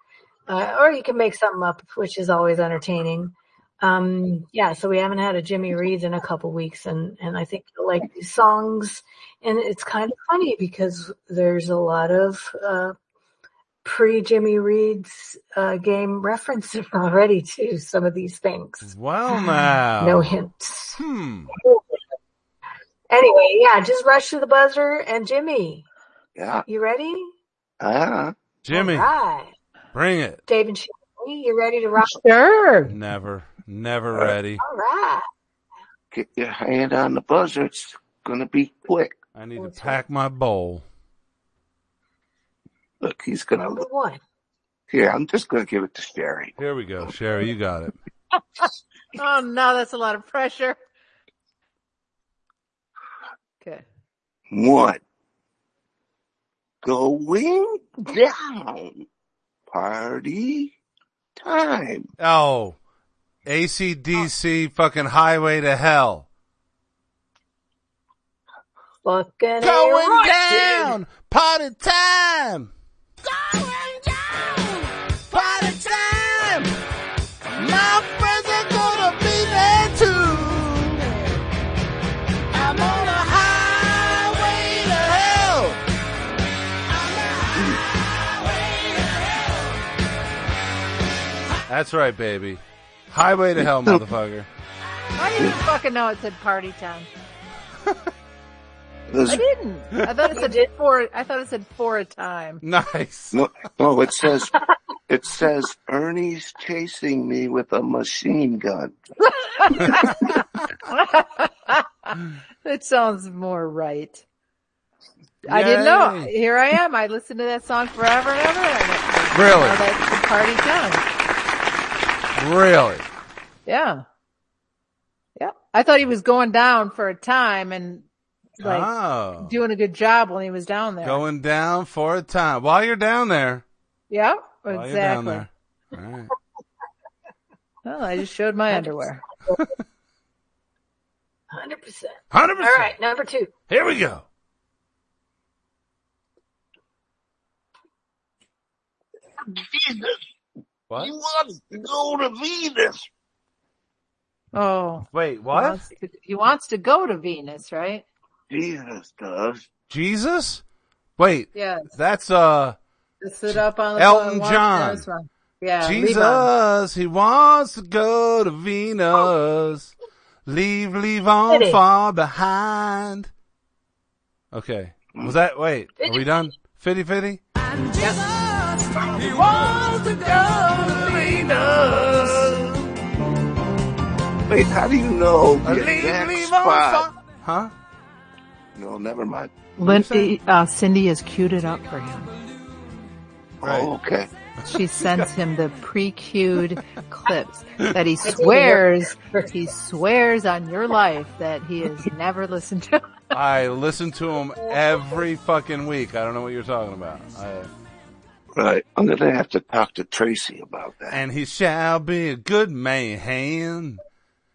Speaker 1: uh, or you can make something up, which is always entertaining. Um, yeah, so we haven't had a Jimmy Reed in a couple weeks, and and I think you'll like these songs, and it's kind of funny because there's a lot of uh, pre Jimmy Reed's uh, game references already to some of these things.
Speaker 2: Well, now.
Speaker 1: No hints.
Speaker 2: Hmm.
Speaker 1: Anyway, yeah, just rush to the buzzer and Jimmy,
Speaker 4: Yeah.
Speaker 1: you ready?
Speaker 4: Ah,
Speaker 2: Jimmy,
Speaker 1: All right.
Speaker 2: bring it.
Speaker 1: Dave and Sherry, you ready to rock?
Speaker 3: Sure.
Speaker 2: Never, never
Speaker 1: Uh,
Speaker 2: ready.
Speaker 1: All right.
Speaker 4: get your hand on the buzzer. It's going to be quick.
Speaker 2: I need to
Speaker 1: That's
Speaker 2: pack my bowl.
Speaker 4: Look, he's going
Speaker 1: Number
Speaker 4: to,
Speaker 1: one.
Speaker 4: here, I'm just going to give it to Sherry.
Speaker 2: Here we go, Sherry. You got it.
Speaker 3: Oh no, that's a lot of pressure. Okay.
Speaker 4: One. Going down. Party time.
Speaker 2: Oh, ACDC fucking highway to hell.
Speaker 1: Fucking A
Speaker 2: Going
Speaker 1: right.
Speaker 2: down, party time.
Speaker 5: Going down.
Speaker 2: Party time. My friends are gonna be there too. I'm on a highway to hell. That's right, baby. Highway to hell, motherfucker.
Speaker 3: I didn't fucking know it said party time.
Speaker 4: There's
Speaker 3: I didn't. I thought it said four. I thought it said four a time.
Speaker 2: Nice.
Speaker 4: No, no, Oh, it says it says Ernie's chasing me with a machine gun.
Speaker 3: That sounds more right. I didn't know.
Speaker 2: Yay.
Speaker 3: Here I am. I listened to that song forever and ever. And I
Speaker 2: Really?
Speaker 3: oh, that's the party time.
Speaker 2: Really?
Speaker 3: Yeah. Yeah. I thought he was going down for a time and like
Speaker 2: oh.
Speaker 3: doing a good job when he was down there.
Speaker 2: Going down for a time. While you're down there.
Speaker 3: yeah.
Speaker 2: While you're down
Speaker 3: Exactly.
Speaker 2: there. All right.
Speaker 3: Oh, I just showed my underwear.
Speaker 1: 100%.
Speaker 2: Hundred
Speaker 1: All
Speaker 2: percent.
Speaker 1: right, number two.
Speaker 2: Here we go.
Speaker 4: Venus.
Speaker 2: What?
Speaker 4: You want to go to Venus?
Speaker 3: Oh,
Speaker 2: Wait,
Speaker 3: he
Speaker 2: what?
Speaker 3: wants to, he wants to go to Venus, right?
Speaker 4: Jesus does.
Speaker 2: Jesus? Wait,
Speaker 3: Yes.
Speaker 2: that's uh
Speaker 3: To sit up on the
Speaker 2: Elton
Speaker 3: walk
Speaker 2: John.
Speaker 3: down some- Yeah. leave on.
Speaker 2: Jesus. He wants to go to Venus. Leave, leave on
Speaker 1: Fitting.
Speaker 2: far behind. Okay, was that? Wait, are we done? Fitty, fitty.
Speaker 5: And Jesus, he wants to go to Venus.
Speaker 4: Wait, how do you know the
Speaker 2: Leave,
Speaker 4: exact
Speaker 2: leave on
Speaker 4: spot?
Speaker 2: far. Huh?
Speaker 4: No, never mind.
Speaker 2: What'd you
Speaker 3: Lindy, uh, Cindy has queued it up for him.
Speaker 2: Right.
Speaker 4: Oh, okay.
Speaker 3: She sends him the pre-cued clips that he
Speaker 1: I did
Speaker 3: swears,
Speaker 1: work.
Speaker 3: he swears on your life that he has never listened to.
Speaker 2: I listen to him every fucking week. I don't know what you're talking about. I,
Speaker 4: Right. I'm going to have to talk to Tracy about that.
Speaker 2: and he shall be a good man.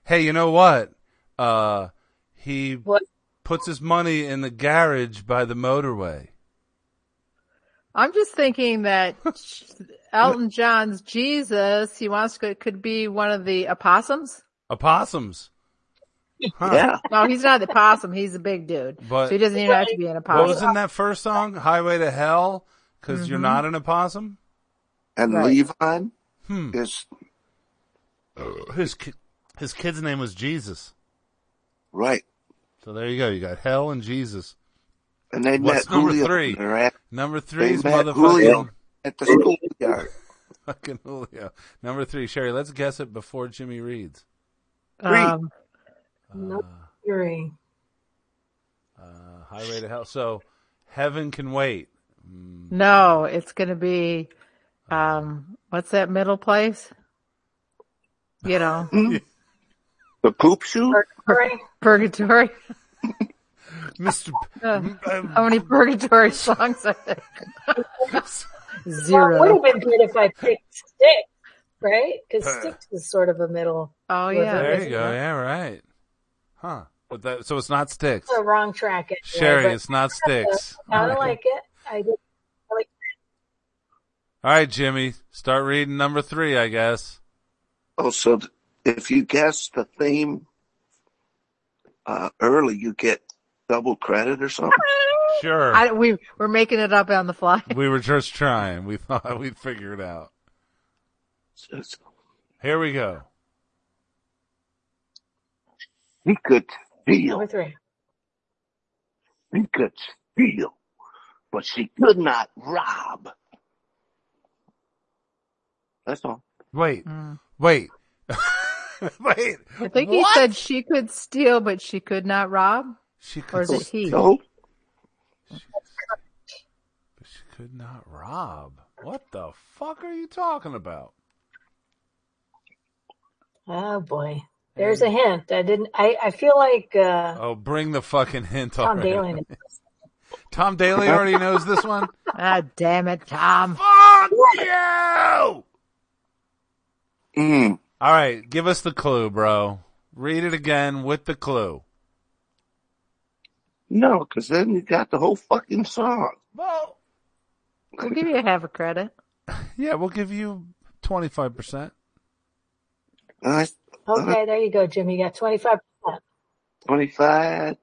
Speaker 2: Hey, you know what? Uh, he
Speaker 1: What?
Speaker 2: puts his money in the garage by the motorway.
Speaker 3: I'm just thinking that Elton John's Jesus, he wants to, could be one of the opossums.
Speaker 2: Opossums. Huh.
Speaker 4: Yeah.
Speaker 3: No, he's not the possum. He's a big dude.
Speaker 2: But-
Speaker 3: so he doesn't even have to be an
Speaker 2: What was
Speaker 3: opossum.
Speaker 2: in that first song? Highway to Hell? because you you're not an opossum?
Speaker 4: And
Speaker 3: Right.
Speaker 4: Levine
Speaker 2: Hmm.
Speaker 4: is
Speaker 2: His, ki- his kid's name was Jesus.
Speaker 4: right.
Speaker 2: So there you go. You got hell and Jesus.
Speaker 4: And they
Speaker 2: What's
Speaker 4: met
Speaker 2: number
Speaker 4: Julio.
Speaker 2: three?
Speaker 4: They're at-
Speaker 2: Number
Speaker 4: They
Speaker 2: three's
Speaker 4: met
Speaker 2: motherfucking.
Speaker 4: Julio at the schoolyard.
Speaker 2: Fucking Julio. Number three, Sherry. Let's guess it before Jimmy reads.
Speaker 3: Um,
Speaker 1: Nope. Three.
Speaker 2: Uh, highway to hell. So heaven can wait.
Speaker 3: no, it's going to be, um, what's that middle place? You know,
Speaker 4: Hmm? The poop shoot?
Speaker 1: Purgatory.
Speaker 3: purgatory.
Speaker 2: Mr. P-
Speaker 3: Uh,
Speaker 2: um,
Speaker 3: How many purgatory songs are there?
Speaker 1: Well, it would
Speaker 3: Zero.
Speaker 1: have been good if I picked Stick, right? Because Sticks is sort of a middle.
Speaker 3: Oh
Speaker 2: there
Speaker 3: yeah.
Speaker 2: you go. Yeah, right. Huh. But that, so it's not sticks.
Speaker 1: The wrong track. Anyway,
Speaker 2: Sherry,
Speaker 1: but
Speaker 2: it's not sticks.
Speaker 1: I kind of
Speaker 2: All right.
Speaker 1: like it. I did. I like
Speaker 2: All right, Jimmy. Start reading number three, I guess.
Speaker 4: Oh, so th- if you guess the theme uh, early, you get double credit or something?
Speaker 2: Sure.
Speaker 3: I, we, we're making it up on the fly.
Speaker 2: we were just trying. We thought we'd figure it out.
Speaker 4: It's-
Speaker 2: Here we go.
Speaker 4: He could
Speaker 1: number
Speaker 4: feel.
Speaker 1: three.
Speaker 4: He could steal. But she could not rob. That's all.
Speaker 2: Wait.
Speaker 3: Mm.
Speaker 2: Wait. wait.
Speaker 3: I think
Speaker 2: what?
Speaker 3: he said she could steal, but she could not rob.
Speaker 2: she
Speaker 3: Or
Speaker 2: could,
Speaker 3: is it he?
Speaker 4: So,
Speaker 2: but she could not rob. What the fuck are you talking about?
Speaker 1: Oh boy, there's a hint. I didn't. I I feel like uh,
Speaker 2: Oh, bring the fucking hint
Speaker 1: Tom
Speaker 2: already.
Speaker 1: Daly. knows.
Speaker 2: Tom Daly already knows this one.
Speaker 3: Ah, damn it, Tom.
Speaker 2: Fuck you!
Speaker 4: mm,
Speaker 2: All right, give us the clue, bro. Read it again with the clue.
Speaker 4: no, because then you got the whole fucking song.
Speaker 2: Well,
Speaker 3: We'll give you a half a credit.
Speaker 2: yeah, we'll give you twenty five percent.
Speaker 4: And I, uh,
Speaker 1: Okay, there you go, Jimmy. You got twenty five percent.
Speaker 4: 25.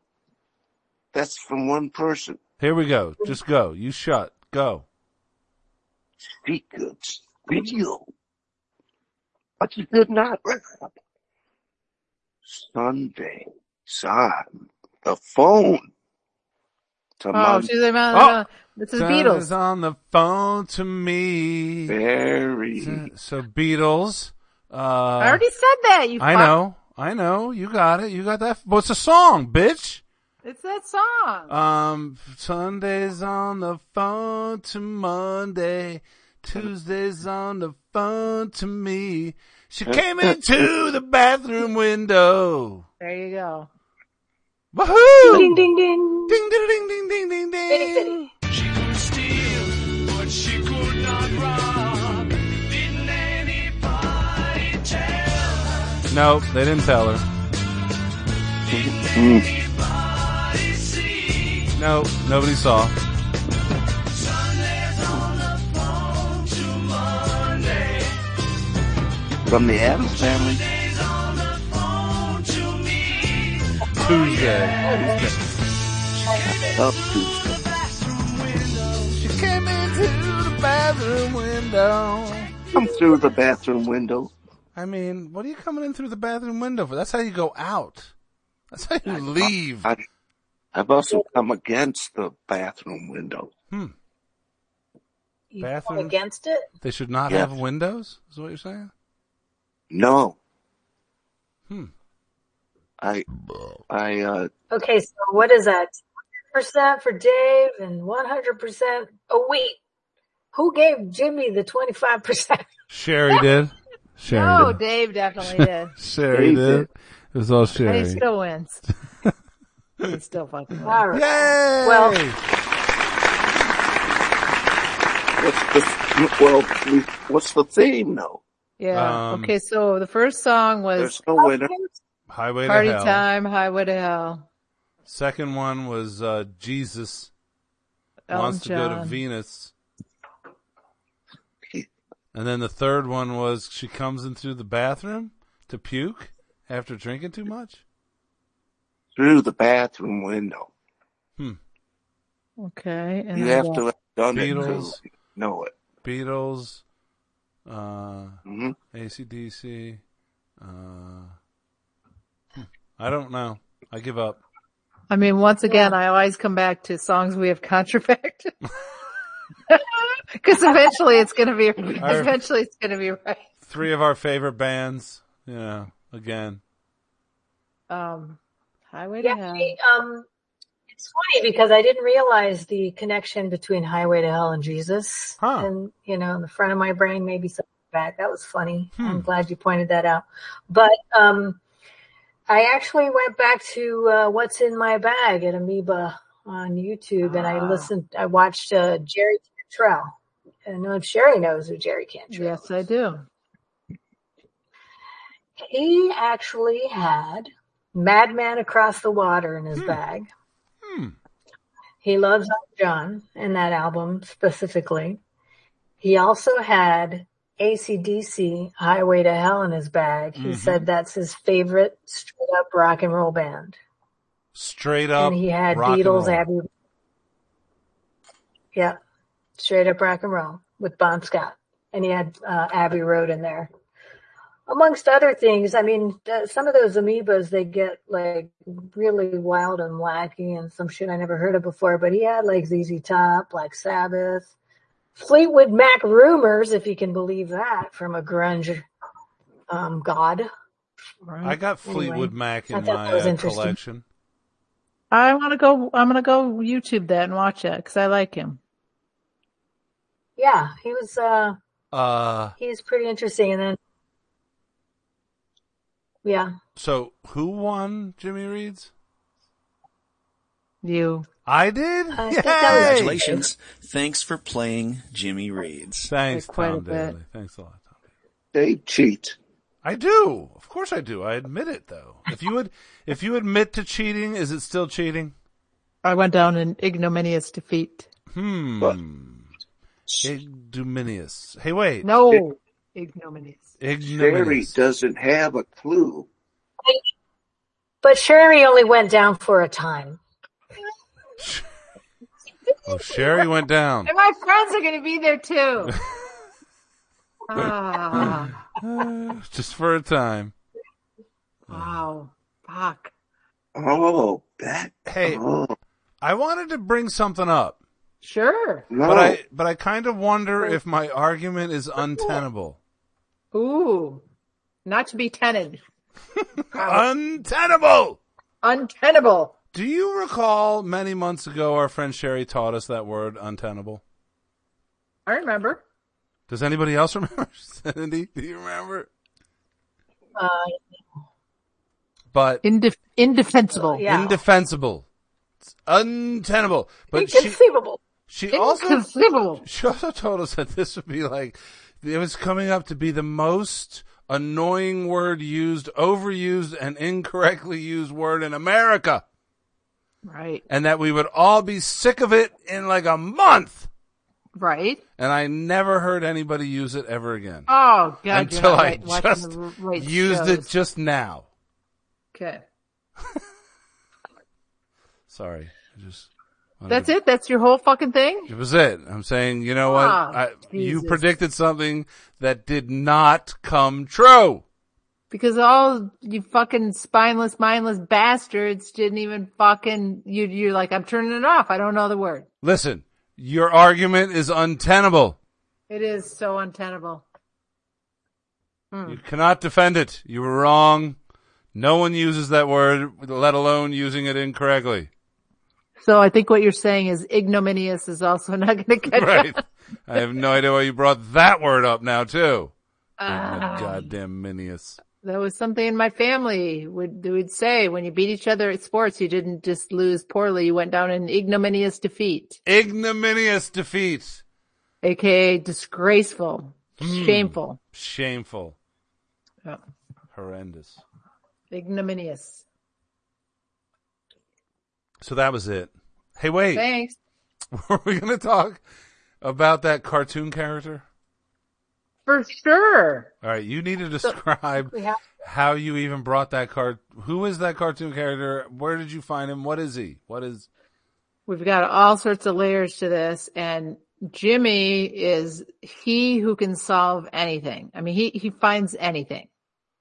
Speaker 4: That's from one person.
Speaker 2: Here we go. Just go. You shut. Go.
Speaker 4: She could steal. But she could not rob. Sunday. Son. The phone. To
Speaker 3: Oh,
Speaker 4: Mount
Speaker 3: she's like,
Speaker 2: Oh.
Speaker 3: this is
Speaker 2: Son is
Speaker 3: Beatles.
Speaker 2: on the phone to me. So,
Speaker 4: Berry.
Speaker 2: so Beatles. Uh,
Speaker 3: I already said that. You.
Speaker 2: I
Speaker 3: fuck.
Speaker 2: know. I know. You got it. You got that. What's the song, bitch?
Speaker 3: It's that song.
Speaker 2: Um, Sunday's on the phone to Monday. Tuesday's on the phone to me. She came into the bathroom window.
Speaker 3: there you go.
Speaker 2: Woohoo!
Speaker 1: Ding ding ding.
Speaker 2: Ding, ding, ding, ding, ding, ding,
Speaker 1: Fitty,
Speaker 2: ding.
Speaker 1: fitty.
Speaker 5: She could steal, but she could not rob. Didn't anybody tell
Speaker 2: No, they didn't tell her.
Speaker 4: Mm.
Speaker 2: No, nobody saw.
Speaker 5: Oh,
Speaker 4: From the Adams family.
Speaker 2: Tuesday.
Speaker 4: Up to
Speaker 5: She came into the bathroom window.
Speaker 4: come through the bathroom window.
Speaker 2: I mean, what are you coming in through the bathroom window for? That's how you go out. That's how you leave.
Speaker 4: I, I've also come against the bathroom window.
Speaker 1: You
Speaker 2: Bathroom.
Speaker 1: fought against it?
Speaker 2: They should not
Speaker 4: Yeah.
Speaker 2: have windows. Is what you're saying?
Speaker 4: No,
Speaker 2: Hmm.
Speaker 4: I, I, uh,
Speaker 1: Okay, so what is that? Percent for Dave and one hundred percent. Oh wait, who gave Jimmy the twenty five percent?
Speaker 2: Sherry did. Sherry
Speaker 3: No,
Speaker 2: did.
Speaker 3: Oh, Dave definitely did.
Speaker 2: Sherry
Speaker 4: They
Speaker 2: did.
Speaker 4: did.
Speaker 2: It was all
Speaker 3: But
Speaker 2: Sherry.
Speaker 3: he still wins. he still fucking wins.
Speaker 1: All right.
Speaker 2: Yay!
Speaker 1: Well-
Speaker 4: what's the, well, we, what's the theme though?
Speaker 3: Yeah.
Speaker 2: Um,
Speaker 3: okay, so the first song was
Speaker 4: There's no winner.
Speaker 2: Highway
Speaker 3: Party
Speaker 2: to Hell.
Speaker 3: Time, Highway to Hell.
Speaker 2: Second one was uh, Jesus
Speaker 3: Elton
Speaker 2: wants to go to
Speaker 3: John.
Speaker 2: Venus. And then the third one was she comes in through the bathroom to puke after drinking too much.
Speaker 4: Through the bathroom window.
Speaker 3: Okay. And
Speaker 4: You
Speaker 3: then
Speaker 4: have
Speaker 3: we
Speaker 4: to
Speaker 3: got
Speaker 4: have done it too.
Speaker 2: Beatles,
Speaker 4: Know it.
Speaker 2: Beatles, uh,
Speaker 4: hmm
Speaker 2: ACDC. Uh, hmm, I don't know. I give up.
Speaker 3: I mean, once again, I always come back to songs we have contract. Cause eventually it's gonna be,
Speaker 2: Our-
Speaker 3: eventually it's gonna be right.
Speaker 2: Three of our favorite bands. Yeah, again.
Speaker 3: Um, Highway
Speaker 1: Yeah,
Speaker 3: to Hell.
Speaker 1: I, um, it's funny because I didn't realize the connection between Highway to Hell and Jesus,
Speaker 2: Huh.
Speaker 1: and you know, in the front of my brain, maybe something back. That was funny.
Speaker 2: Hmm.
Speaker 1: I'm glad you pointed that out. But um, I actually went back to uh, what's in my bag at Amoeba on YouTube, and
Speaker 2: Ah.
Speaker 1: I listened. I watched uh, Jerry Cantrell. I don't know if Sherry knows who Jerry Cantrell.
Speaker 3: Yes, I do.
Speaker 1: He actually had Madman Across the Water in his bag.
Speaker 2: Hmm.
Speaker 1: He loves Elton John and that album specifically. He also had ACDC Highway to Hell in his bag. He
Speaker 2: Mhm.
Speaker 1: said that's his favorite straight up rock and roll band.
Speaker 2: Straight up.
Speaker 1: and he had
Speaker 2: rock and
Speaker 1: Beatles,
Speaker 2: roll.
Speaker 1: Abbey. Yeah, straight up rock and roll with Bon Scott. And he had uh, Abbey Road in there. Amongst other things, I mean, th- some of those amoebas, they get like really wild and wacky and some shit I never heard of before, but he had like ZZ Top, Black Sabbath, Fleetwood Mac rumors, if you can believe that, from a grunge um, god.
Speaker 2: I got
Speaker 1: Anyway,
Speaker 2: Fleetwood Mac
Speaker 1: I
Speaker 2: in
Speaker 1: thought
Speaker 2: my
Speaker 1: that was
Speaker 2: uh,
Speaker 1: interesting.
Speaker 2: collection.
Speaker 3: I want to go, I'm going to go YouTube that and watch it because I like him.
Speaker 1: Yeah, he was, uh,
Speaker 2: Uh,
Speaker 1: he was pretty interesting. And then, yeah.
Speaker 2: so who won Jimmy Reed's?
Speaker 3: You.
Speaker 2: I did.
Speaker 1: I think that was-
Speaker 2: Yay!
Speaker 6: Congratulations. Thanks for playing Jimmy Reeds.
Speaker 2: Thanks,
Speaker 3: Like, quite a
Speaker 2: Tom
Speaker 3: bit.
Speaker 2: Daly. Thanks a lot, Tom.
Speaker 4: They cheat.
Speaker 2: I do. Of course, I do. I admit it, though. If you would, if you admit to cheating, is it still cheating?
Speaker 3: I went down in ignominious defeat.
Speaker 2: Hmm.
Speaker 4: But-
Speaker 2: Ignominious. Hey, wait.
Speaker 3: No. Ignominious.
Speaker 4: Sherry
Speaker 2: Ignominious.
Speaker 4: doesn't have a clue.
Speaker 1: But Sherry only went down for a time.
Speaker 2: Oh, Sherry went down.
Speaker 3: And my friends are going to be there too. ah,
Speaker 2: Uh, just for a time.
Speaker 3: wow. Fuck.
Speaker 4: Oh, that.
Speaker 2: Hey,
Speaker 4: Oh,
Speaker 2: I wanted to bring something up.
Speaker 3: Sure.
Speaker 4: no.
Speaker 2: But I but I kind of wonder if my argument is untenable.
Speaker 3: Ooh. Not to be tented.
Speaker 2: Untenable.
Speaker 3: Untenable.
Speaker 2: Do you recall many months ago our friend Sherry taught us that word untenable?
Speaker 3: I remember.
Speaker 2: Does anybody else remember? Cindy, do you remember?
Speaker 1: Uh,
Speaker 2: But
Speaker 3: Indef- indefensible.
Speaker 1: yeah.
Speaker 2: indefensible. It's untenable. But she
Speaker 1: Inconceivable.
Speaker 2: she also
Speaker 3: Inconceivable.
Speaker 2: she also told us that this would be like it was coming up to be the most annoying word used, overused, and incorrectly used word in America,
Speaker 3: Right.
Speaker 2: and that we would all be sick of it in like a month.
Speaker 3: Right.
Speaker 2: And I never heard anybody use it ever again
Speaker 3: Oh God. you're
Speaker 2: until
Speaker 3: not
Speaker 2: I
Speaker 3: right- watching
Speaker 2: just
Speaker 3: the r- right
Speaker 2: used it
Speaker 3: shows.
Speaker 2: just now.
Speaker 3: Okay.
Speaker 2: Sorry, I just wanted
Speaker 3: That's
Speaker 2: to-
Speaker 3: it. That's your whole fucking thing.
Speaker 2: It was it. I'm saying, you know what?
Speaker 3: Ah,
Speaker 2: I, you
Speaker 3: Jesus.
Speaker 2: predicted something that did not come true.
Speaker 3: Because all you fucking spineless, mindless bastards didn't even fucking, you, you're like, I'm turning it off. I don't know the word.
Speaker 2: Listen, your argument is untenable.
Speaker 3: It is so untenable.
Speaker 2: You cannot defend it. You were wrong. No one uses that word, let alone using it incorrectly.
Speaker 3: So I think what you're saying is ignominious is also not going to catch
Speaker 2: Right.
Speaker 3: up.
Speaker 2: I have no idea why you brought that word up now too. Igno- Goddamn minius.
Speaker 3: That was something in my family would would say when you beat each other at sports, you didn't just lose poorly; you went down in ignominious defeat,
Speaker 2: Ignominious defeat.
Speaker 3: aka disgraceful,
Speaker 2: Hmm.
Speaker 3: shameful,
Speaker 2: Shameful.
Speaker 3: Yeah.
Speaker 2: Horrendous.
Speaker 3: ignominious.
Speaker 2: So that was it. Hey, wait.
Speaker 3: Thanks.
Speaker 2: Were we going to talk about that cartoon character?
Speaker 3: For sure.
Speaker 2: All right, you need to describe
Speaker 1: We have
Speaker 2: how you even brought that card. Who is that cartoon character? Where did you find him? What is he? What is?
Speaker 3: We've got all sorts of layers to this and Jimmy is he who can solve anything. I mean, he, he finds anything.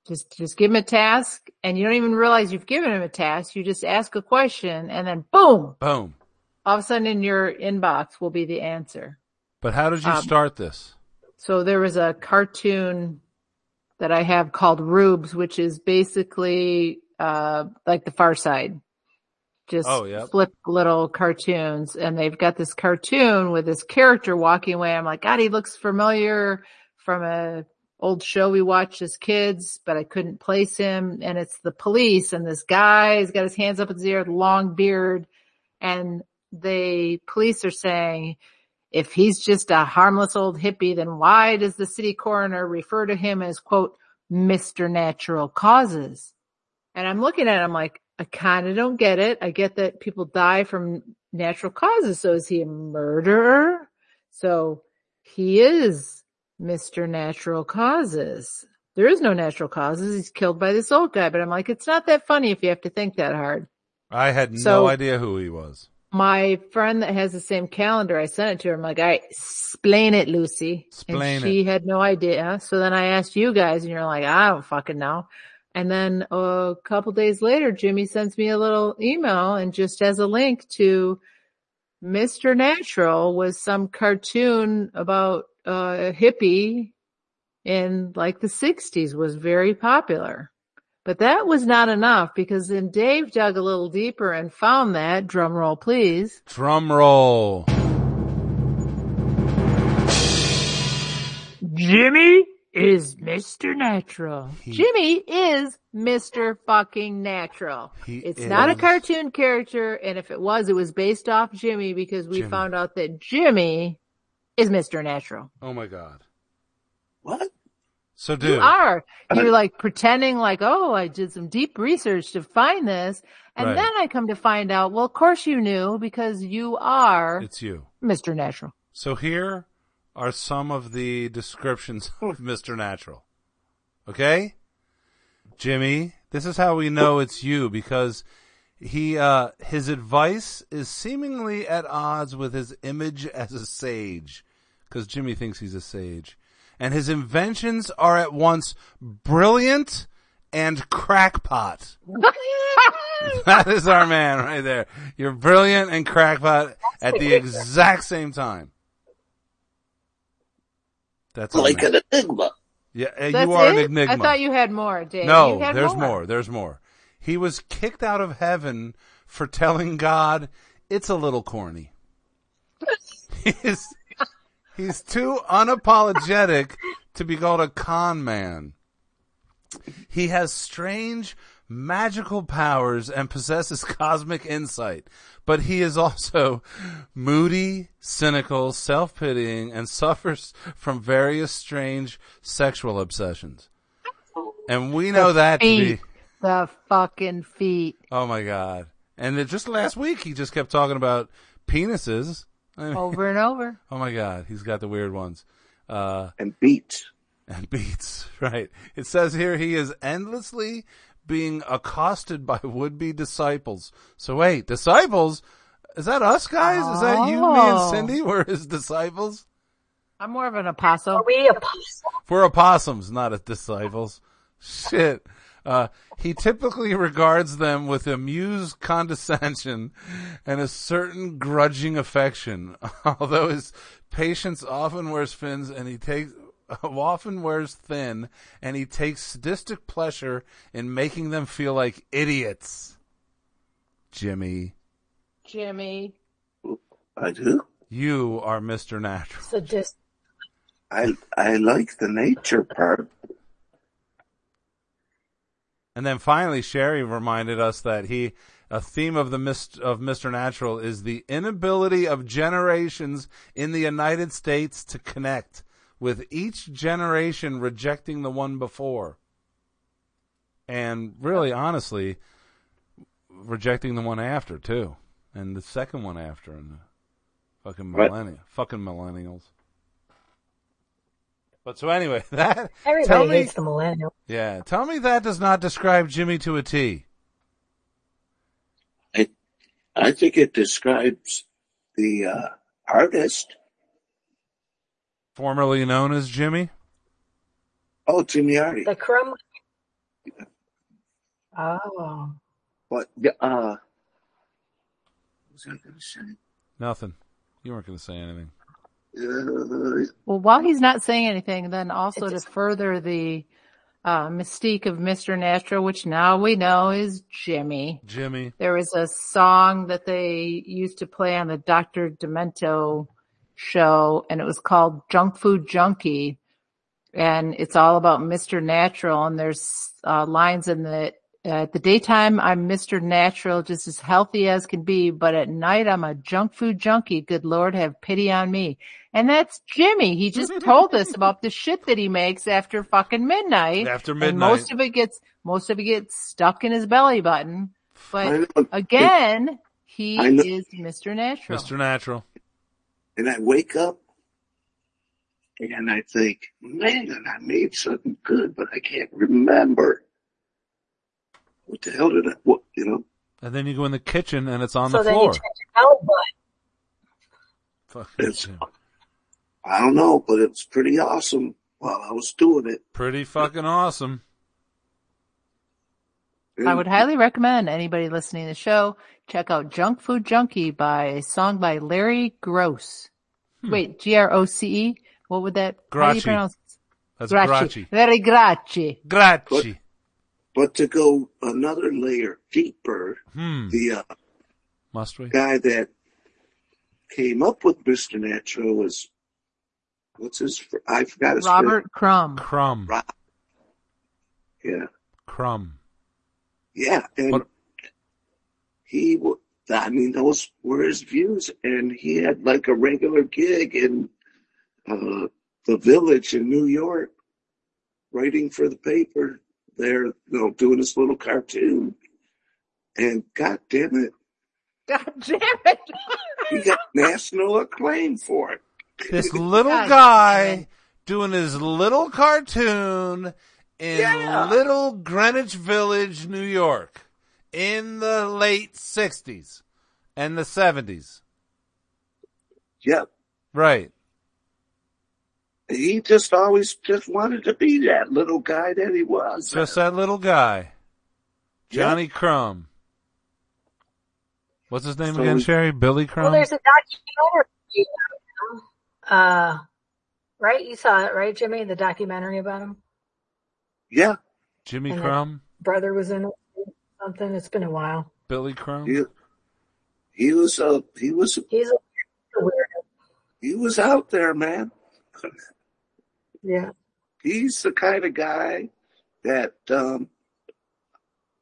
Speaker 3: Just, just give him a task and you don't even realize you've given him a task. You just ask a question and then boom,
Speaker 2: Boom.
Speaker 3: all of a sudden in your inbox will be the answer.
Speaker 2: But how did you
Speaker 3: Um,
Speaker 2: start this?
Speaker 3: So there was a cartoon that I have called Rubes, which is basically uh like the Far Side. Just
Speaker 2: Oh, yep.
Speaker 3: flip little cartoons and they've got this cartoon with this character walking away. I'm like, God, he looks familiar from a old show we watched as kids, but I couldn't place him. And it's the police and this guy has got his hands up in his air, long beard. And the police are saying, if he's just a harmless old hippie, then why does the city coroner refer to him as quote, Mr. Natural Causes? And I'm looking at him like, I kind of don't get it. I get that people die from natural causes. So is he a murderer? So he is Mr. Natural Causes. There is no natural causes. He's killed by this old guy, but I'm like, it's not that funny if you have to think that hard
Speaker 2: I had no
Speaker 3: so-
Speaker 2: idea who he was.
Speaker 3: my friend that has the same calendar, I sent it to her. I'm like, all right, explain it, Lucy.
Speaker 2: Splain
Speaker 3: and she had no idea. So then I asked you guys and you're like, I don't fucking know. And then a couple days later, Jimmy sends me a little email and just as a link to Mr. Natural was some cartoon about uh, a hippie in like the sixties was very popular. But that was not enough because then Dave dug a little deeper and found that drum roll, please.
Speaker 2: Drum roll.
Speaker 3: Jimmy is Mr. Natural. Jimmy is Mr. fucking Natural.
Speaker 2: He
Speaker 3: it's not a
Speaker 2: is-
Speaker 3: cartoon character. And if it was, it was based off Jimmy because we
Speaker 2: Jimmy.
Speaker 3: found out that Jimmy is Mr. Natural.
Speaker 2: Oh my god.
Speaker 4: What?
Speaker 2: So dude,
Speaker 3: You are. You're like pretending like, oh, I did some deep research to find this. And
Speaker 2: Right.
Speaker 3: then I come to find out, well, of course you knew because you are
Speaker 2: it's you.
Speaker 3: Mr. Natural.
Speaker 2: So here are some of the descriptions of Mr. Natural. Okay? Jimmy, this is how we know it's you because he uh his advice is seemingly at odds with his image as a sage cuz Jimmy thinks he's a sage. And his inventions are at once brilliant and crackpot. That is our man right there. You're brilliant and crackpot at the exact same time. That's our
Speaker 4: Like
Speaker 2: man.
Speaker 4: an enigma.
Speaker 2: yeah. uh,
Speaker 3: That's
Speaker 2: you are an
Speaker 3: it?
Speaker 2: enigma.
Speaker 3: I thought you had more, Dave.
Speaker 2: no,
Speaker 3: You had
Speaker 2: there's more. There's more. He was kicked out of heaven for telling God it's a little corny. he's he's too unapologetic to be called a con man. He has strange magical powers and possesses cosmic insight, but he is also moody, cynical, self-pitying, and suffers from various strange sexual obsessions. And we know that to be
Speaker 3: Feet. The fucking feet.
Speaker 2: Oh my god! And then just last week, he just kept talking about penises. I mean, oh.
Speaker 3: Over and over.
Speaker 2: my god, he's got the weird ones. Uh,
Speaker 4: and beat.
Speaker 2: and beats right. It says here he is endlessly being accosted by would-be disciples. So wait, disciples? Is that us guys? Is that you, me, and
Speaker 3: Oh.
Speaker 2: Cindy? We're his disciples.
Speaker 3: I'm more of an apostle.
Speaker 1: Are we apostles?
Speaker 2: We're opossums, not a disciples. Shit. Uh, he typically regards them with amused condescension and a certain grudging affection, although his patience often wears fins and he takes often wears thin and he takes sadistic pleasure in making them feel like idiots. Jimmy,
Speaker 3: Jimmy.
Speaker 4: I do.
Speaker 2: you are Mr. Natural.
Speaker 1: So just
Speaker 4: I I like the nature part.
Speaker 2: And then finally, Sherry reminded us that he, a theme of the mist, of Mr. Natural is the inability of generations in the United States to connect, with each generation rejecting the one before. And really, honestly, rejecting the one after too, and the second one after, and fucking
Speaker 4: Right.
Speaker 2: millennia, fucking millennials. But so anyway, that tell
Speaker 1: everybody
Speaker 2: me,
Speaker 1: hates the millennial.
Speaker 2: yeah, tell me that does not describe Jimmy to a T.
Speaker 4: I think it describes the uh, artist.
Speaker 2: Formerly known as Jimmy.
Speaker 4: Oh, Jimmy Artie.
Speaker 1: The crumb. Oh,
Speaker 4: But yeah, uh, what was I going to say?
Speaker 2: Nothing. You weren't going to say anything.
Speaker 4: Uh,
Speaker 3: Well, while he's not saying anything, then also
Speaker 1: It
Speaker 3: to
Speaker 1: just-
Speaker 3: further the uh, mystique of Mr. Natural, which now we know is Jimmy.
Speaker 2: Jimmy.
Speaker 3: There was a song that they used to play on the Dr. Demento show and it was called Junk Food Junkie. And it's all about Mr. Natural and there's uh, lines in the, at the daytime, I'm Mr. Natural, just as healthy as can be, but at night I'm a junk food junkie. Good Lord, have pity on me. And that's Jimmy. He just told us about the shit that he makes after fucking midnight.
Speaker 2: After
Speaker 3: And
Speaker 2: midnight.
Speaker 3: most of it gets, most of it gets stuck in his belly button.
Speaker 4: I
Speaker 3: But
Speaker 4: don't-
Speaker 3: Again, he
Speaker 4: I know-
Speaker 3: is Mr. Natural.
Speaker 2: Mr. Natural.
Speaker 4: And I wake up and I think, man, I made something good, but I can't remember. What the hell did I, what, you know?
Speaker 2: And then you go in the kitchen and it's on
Speaker 1: so
Speaker 2: the
Speaker 1: then
Speaker 2: floor.
Speaker 1: you check out, but
Speaker 2: Fucking
Speaker 4: It's,
Speaker 2: Jimmy.
Speaker 4: I don't know, but it's pretty awesome while I was doing it.
Speaker 2: Pretty fucking awesome.
Speaker 3: I would highly recommend anybody listening to the show check out Junk Food Junkie by a song by Larry Gross. Wait, G-R-O-C-E? E? What would that, how do
Speaker 2: Hmm. Grachi.
Speaker 3: you pronounce it?
Speaker 2: That's Grachi.
Speaker 3: Larry Grachi.
Speaker 2: Grachi.
Speaker 4: But to go another layer deeper,
Speaker 2: Hmm.
Speaker 4: the uh,
Speaker 2: Must we?
Speaker 4: guy that came up with Mr. Natural was, what's his, fr- I forgot his first-
Speaker 3: Robert Crumb.
Speaker 2: Crumb.
Speaker 4: Rob. Yeah.
Speaker 2: Crumb.
Speaker 4: Yeah, and
Speaker 2: What-
Speaker 4: he wa- I mean, those were his views, and he had like a regular gig in uh, the village in New York, writing for the paper there, you know, doing this little cartoon. And god damn it,
Speaker 3: God damn it.
Speaker 4: he got national acclaim for it.
Speaker 2: This little
Speaker 3: God damn
Speaker 2: guy
Speaker 3: it.
Speaker 2: doing his little cartoon in
Speaker 4: Yeah.
Speaker 2: little Greenwich Village, New York in the late 60s and the 70s.
Speaker 4: Yeah,
Speaker 2: Right.
Speaker 4: he just always just wanted to be that little guy that he was.
Speaker 2: Just that little guy.
Speaker 4: Yeah.
Speaker 2: Johnny Crumb. What's his name
Speaker 4: So
Speaker 2: again,
Speaker 4: we-
Speaker 2: Sherry? Billy
Speaker 1: well,
Speaker 2: Crumb?
Speaker 1: there's a documentary. About him. Uh, right? You saw it, right, Jimmy? The documentary about him.
Speaker 4: Yeah,
Speaker 2: Jimmy
Speaker 1: and
Speaker 2: Crumb?
Speaker 1: Brother was in it or something. It's been a while.
Speaker 2: Billy Crumb?
Speaker 4: he, he was a he was a
Speaker 1: He's a weirdo.
Speaker 4: he was out there, man.
Speaker 1: Yeah.
Speaker 4: He's the kind of guy that, um,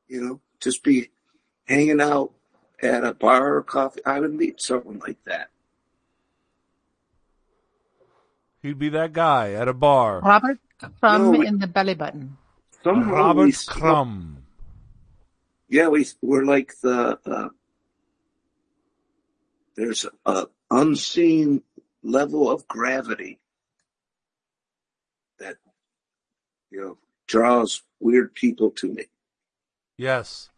Speaker 4: you know, just be hanging out at a bar or coffee. I would meet someone like that.
Speaker 2: He'd be that guy at a bar.
Speaker 3: Robert Crumb
Speaker 4: No, we-
Speaker 3: in the belly button.
Speaker 4: Somehow we
Speaker 2: Robert
Speaker 4: snuck-
Speaker 2: Crumb.
Speaker 4: Yeah, we we're like the uh, there's a unseen level of gravity that you know draws weird people to me.
Speaker 2: Yes.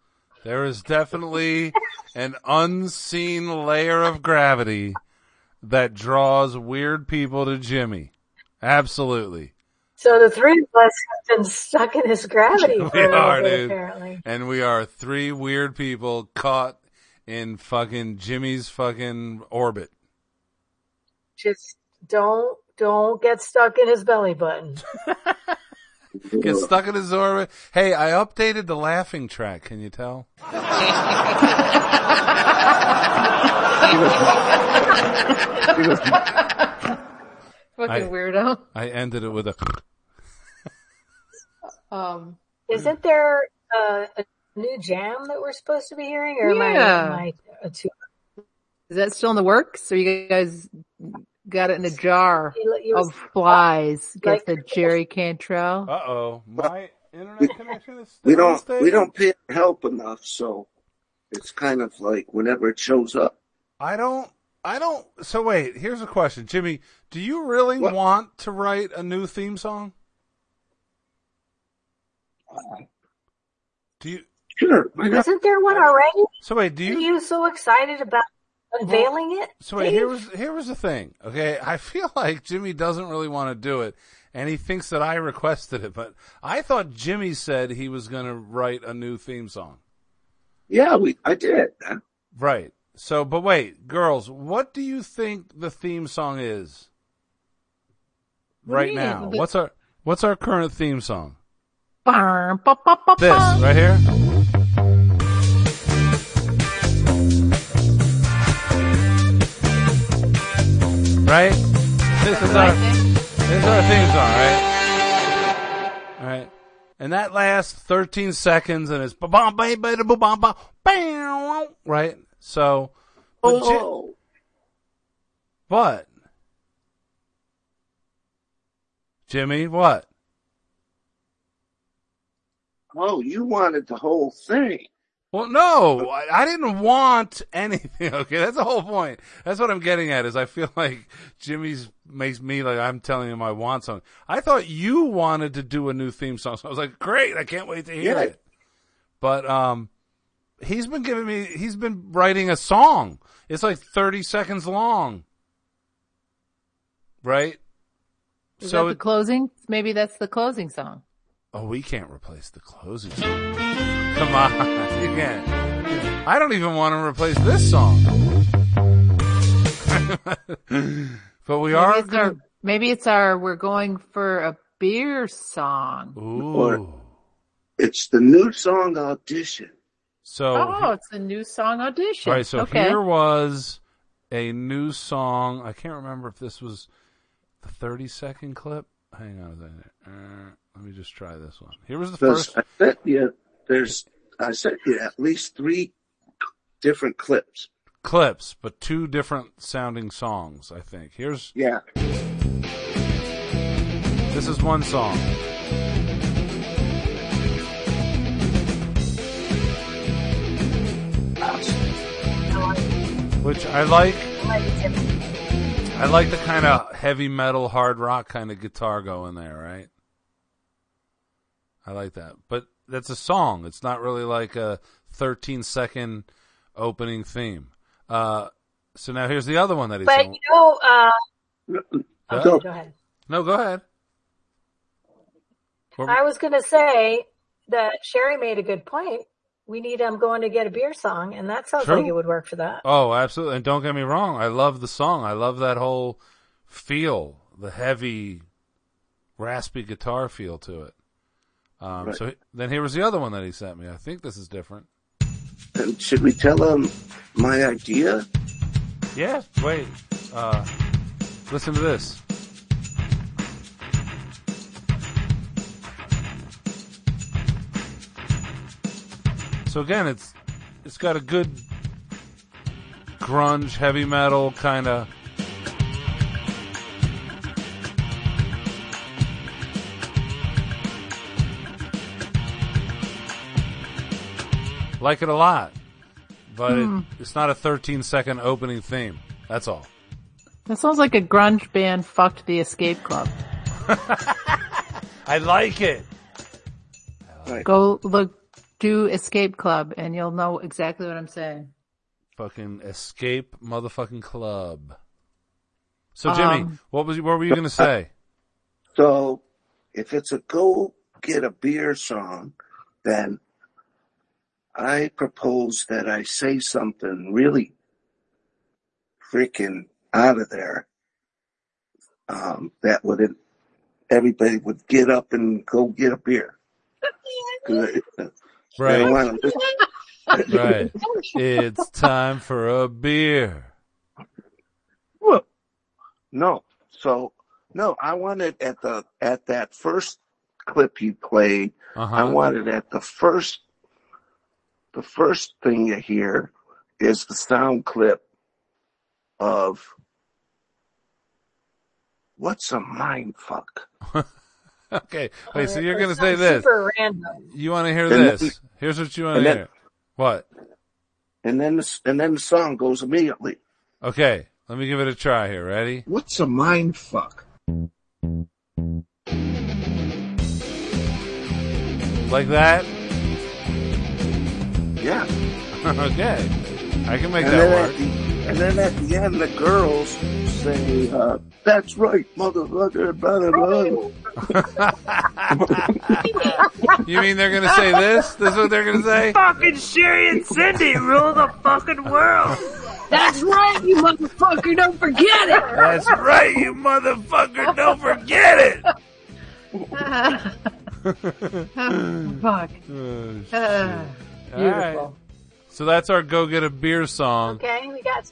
Speaker 2: There is definitely an unseen layer of gravity that draws weird people to Jimmy. Absolutely.
Speaker 1: So the three of us have been stuck in this gravity for
Speaker 2: We
Speaker 1: a little
Speaker 2: are,
Speaker 1: bit,
Speaker 2: dude.
Speaker 1: apparently.
Speaker 2: And we are three weird people caught in fucking Jimmy's fucking orbit.
Speaker 1: Just don't don't get stuck in his belly button.
Speaker 2: Get stuck in his orbit. Hey, I updated the laughing track. Can you tell?
Speaker 3: Fucking
Speaker 2: I-
Speaker 3: weirdo.
Speaker 2: I ended it with a.
Speaker 3: Um,
Speaker 1: Isn't there a, a new jam that we're supposed to be hearing, or am I,
Speaker 3: Yeah.
Speaker 1: am I uh, too?
Speaker 3: is that still in the works? Or you guys got it in a jar
Speaker 1: You, you
Speaker 3: of flies? Get
Speaker 1: like-
Speaker 3: the Jerry Cantrell.
Speaker 2: Uh oh, my internet connection is still
Speaker 4: We don't
Speaker 2: unstable.
Speaker 4: we don't pay for help enough, so it's kind of like whenever it shows up.
Speaker 2: I don't. I don't. So wait, here's a question, Jimmy. Do you really
Speaker 4: What?
Speaker 2: want to write a new theme song?
Speaker 4: Uh-huh.
Speaker 2: Do you?
Speaker 4: Sure, why not?
Speaker 1: isn't there one already?
Speaker 2: So wait, do
Speaker 1: Are
Speaker 2: you?
Speaker 1: you so excited about unveiling it?
Speaker 2: So wait,
Speaker 1: Dave?
Speaker 2: here was here was the thing. Okay, I feel like Jimmy doesn't really want to do it, and he thinks that I requested it. But I thought Jimmy said he was going to write a new theme song.
Speaker 4: Yeah, we I did.
Speaker 2: Right. So, but wait, girls, what do you think the theme song is
Speaker 3: What do
Speaker 2: right
Speaker 3: you mean?
Speaker 2: now?
Speaker 3: The-
Speaker 2: What's our What's our current theme song?
Speaker 3: Barn, ba, ba, ba,
Speaker 2: This
Speaker 3: barn.
Speaker 2: right here. Right. This is our this is our theme song, right? All right. And that lasts 13 seconds, and it's ba ba ba ba da ba ba ba bam, right? So, but, Ji-
Speaker 4: Oh,
Speaker 2: but Jimmy, what?
Speaker 4: oh, you wanted the whole thing.
Speaker 2: Well, no, I, I didn't want anything. Okay, that's the whole point. That's what I'm getting at. Is I feel like Jimmy's makes me like I'm telling him I want something. I thought you wanted to do a new theme song, so I was like, great, I can't wait to hear
Speaker 4: Yeah.
Speaker 2: it. But um, he's been giving me. He's been writing a song. It's like 30 seconds long, right?
Speaker 3: Is
Speaker 2: so
Speaker 3: that the
Speaker 2: it-
Speaker 3: closing? Maybe that's the closing song.
Speaker 2: Oh, we can't replace the closing song. Come on, you can't. I don't even want to replace this song. but we
Speaker 3: maybe
Speaker 2: are.
Speaker 3: It's our, maybe it's our "We're Going for a Beer" song.
Speaker 2: Ooh.
Speaker 4: It's the new song audition.
Speaker 2: So,
Speaker 3: Oh, it's a new song audition.
Speaker 2: all right. So
Speaker 3: okay.
Speaker 2: here was a new song. I can't remember if this was the 30 second clip. Hang on a second. Uh, let me just try this one. Here was the
Speaker 4: Because
Speaker 2: first.
Speaker 4: I sent you there's I sent you at least three different clips.
Speaker 2: clips, but two different sounding songs, I think. Here's
Speaker 4: Yeah.
Speaker 2: this is one song. Which I like I like the kind of heavy metal hard rock kind of guitar going there, right? I like that. But that's a song. It's not really like a 13 second opening theme. Uh so now here's the other one that he's
Speaker 1: But you know, uh,
Speaker 2: Uh,
Speaker 1: okay, go ahead.
Speaker 2: No, go ahead. What-
Speaker 1: I was going to say that Sherry made a good point. We need "I'm Going to Get a Beer" song, and that sounds
Speaker 2: True.
Speaker 1: like it would work for that.
Speaker 2: Oh, absolutely. And don't get me wrong. I love the song. I love that whole feel, the heavy, raspy guitar feel to it. Um,
Speaker 4: Right.
Speaker 2: So then here was the other one that he sent me. I think this is different.
Speaker 4: And should we tell them my idea?
Speaker 2: Yeah. Wait. Uh, listen to this. So again, it's it's got a good grunge, heavy metal kind of. Like it a lot, but
Speaker 4: Hmm.
Speaker 2: it, it's not a 13 second opening theme. That's all.
Speaker 3: That sounds like a grunge band fucked the escape club.
Speaker 2: I like it.
Speaker 3: Go look, do escape club and you'll know exactly what I'm saying.
Speaker 2: Fucking escape motherfucking club.
Speaker 4: Um,
Speaker 2: So Jimmy, what was you, what were you gonna say?
Speaker 4: So if it's a go get a beer song, then I propose that I say something really freaking out of there. Um, that would everybody would get up and go get a beer. 'Cause they- they don't
Speaker 2: Right,
Speaker 4: wanna listen.
Speaker 2: right. It's time for a beer.
Speaker 4: No, so no, I want it at the at that first clip you played.
Speaker 2: Uh
Speaker 4: I
Speaker 2: huh.
Speaker 4: wanted at the first the first thing you hear is the sound clip of what's a mind fuck?
Speaker 2: Okay. Wait. So
Speaker 1: Uh,
Speaker 2: you're
Speaker 1: that
Speaker 2: gonna say
Speaker 1: sounds
Speaker 2: this?
Speaker 1: Super random.
Speaker 2: You want to hear
Speaker 4: And then-
Speaker 2: this? Here's what you want to
Speaker 4: and then-
Speaker 2: hear. What?
Speaker 4: And then the, and then the song goes immediately.
Speaker 2: Okay. Let me give it a try here. Ready?
Speaker 7: What's a mind fuck?
Speaker 2: Like that?
Speaker 4: Yeah.
Speaker 2: okay. I can make
Speaker 4: And
Speaker 2: that
Speaker 4: then, at
Speaker 2: work.
Speaker 4: the, and then at the end, the girls say, uh, "That's right, motherfucker, brother." brother."
Speaker 2: You mean they're gonna say this? This is what they're gonna say?
Speaker 5: Fucking Sherry and Cindy rule the fucking world.
Speaker 8: That's right, you motherfucker. Don't forget it.
Speaker 2: That's right, you motherfucker! Don't forget it.
Speaker 3: Fuck. Uh,
Speaker 2: All right. So that's our go get a beer song,
Speaker 1: Okay, we got.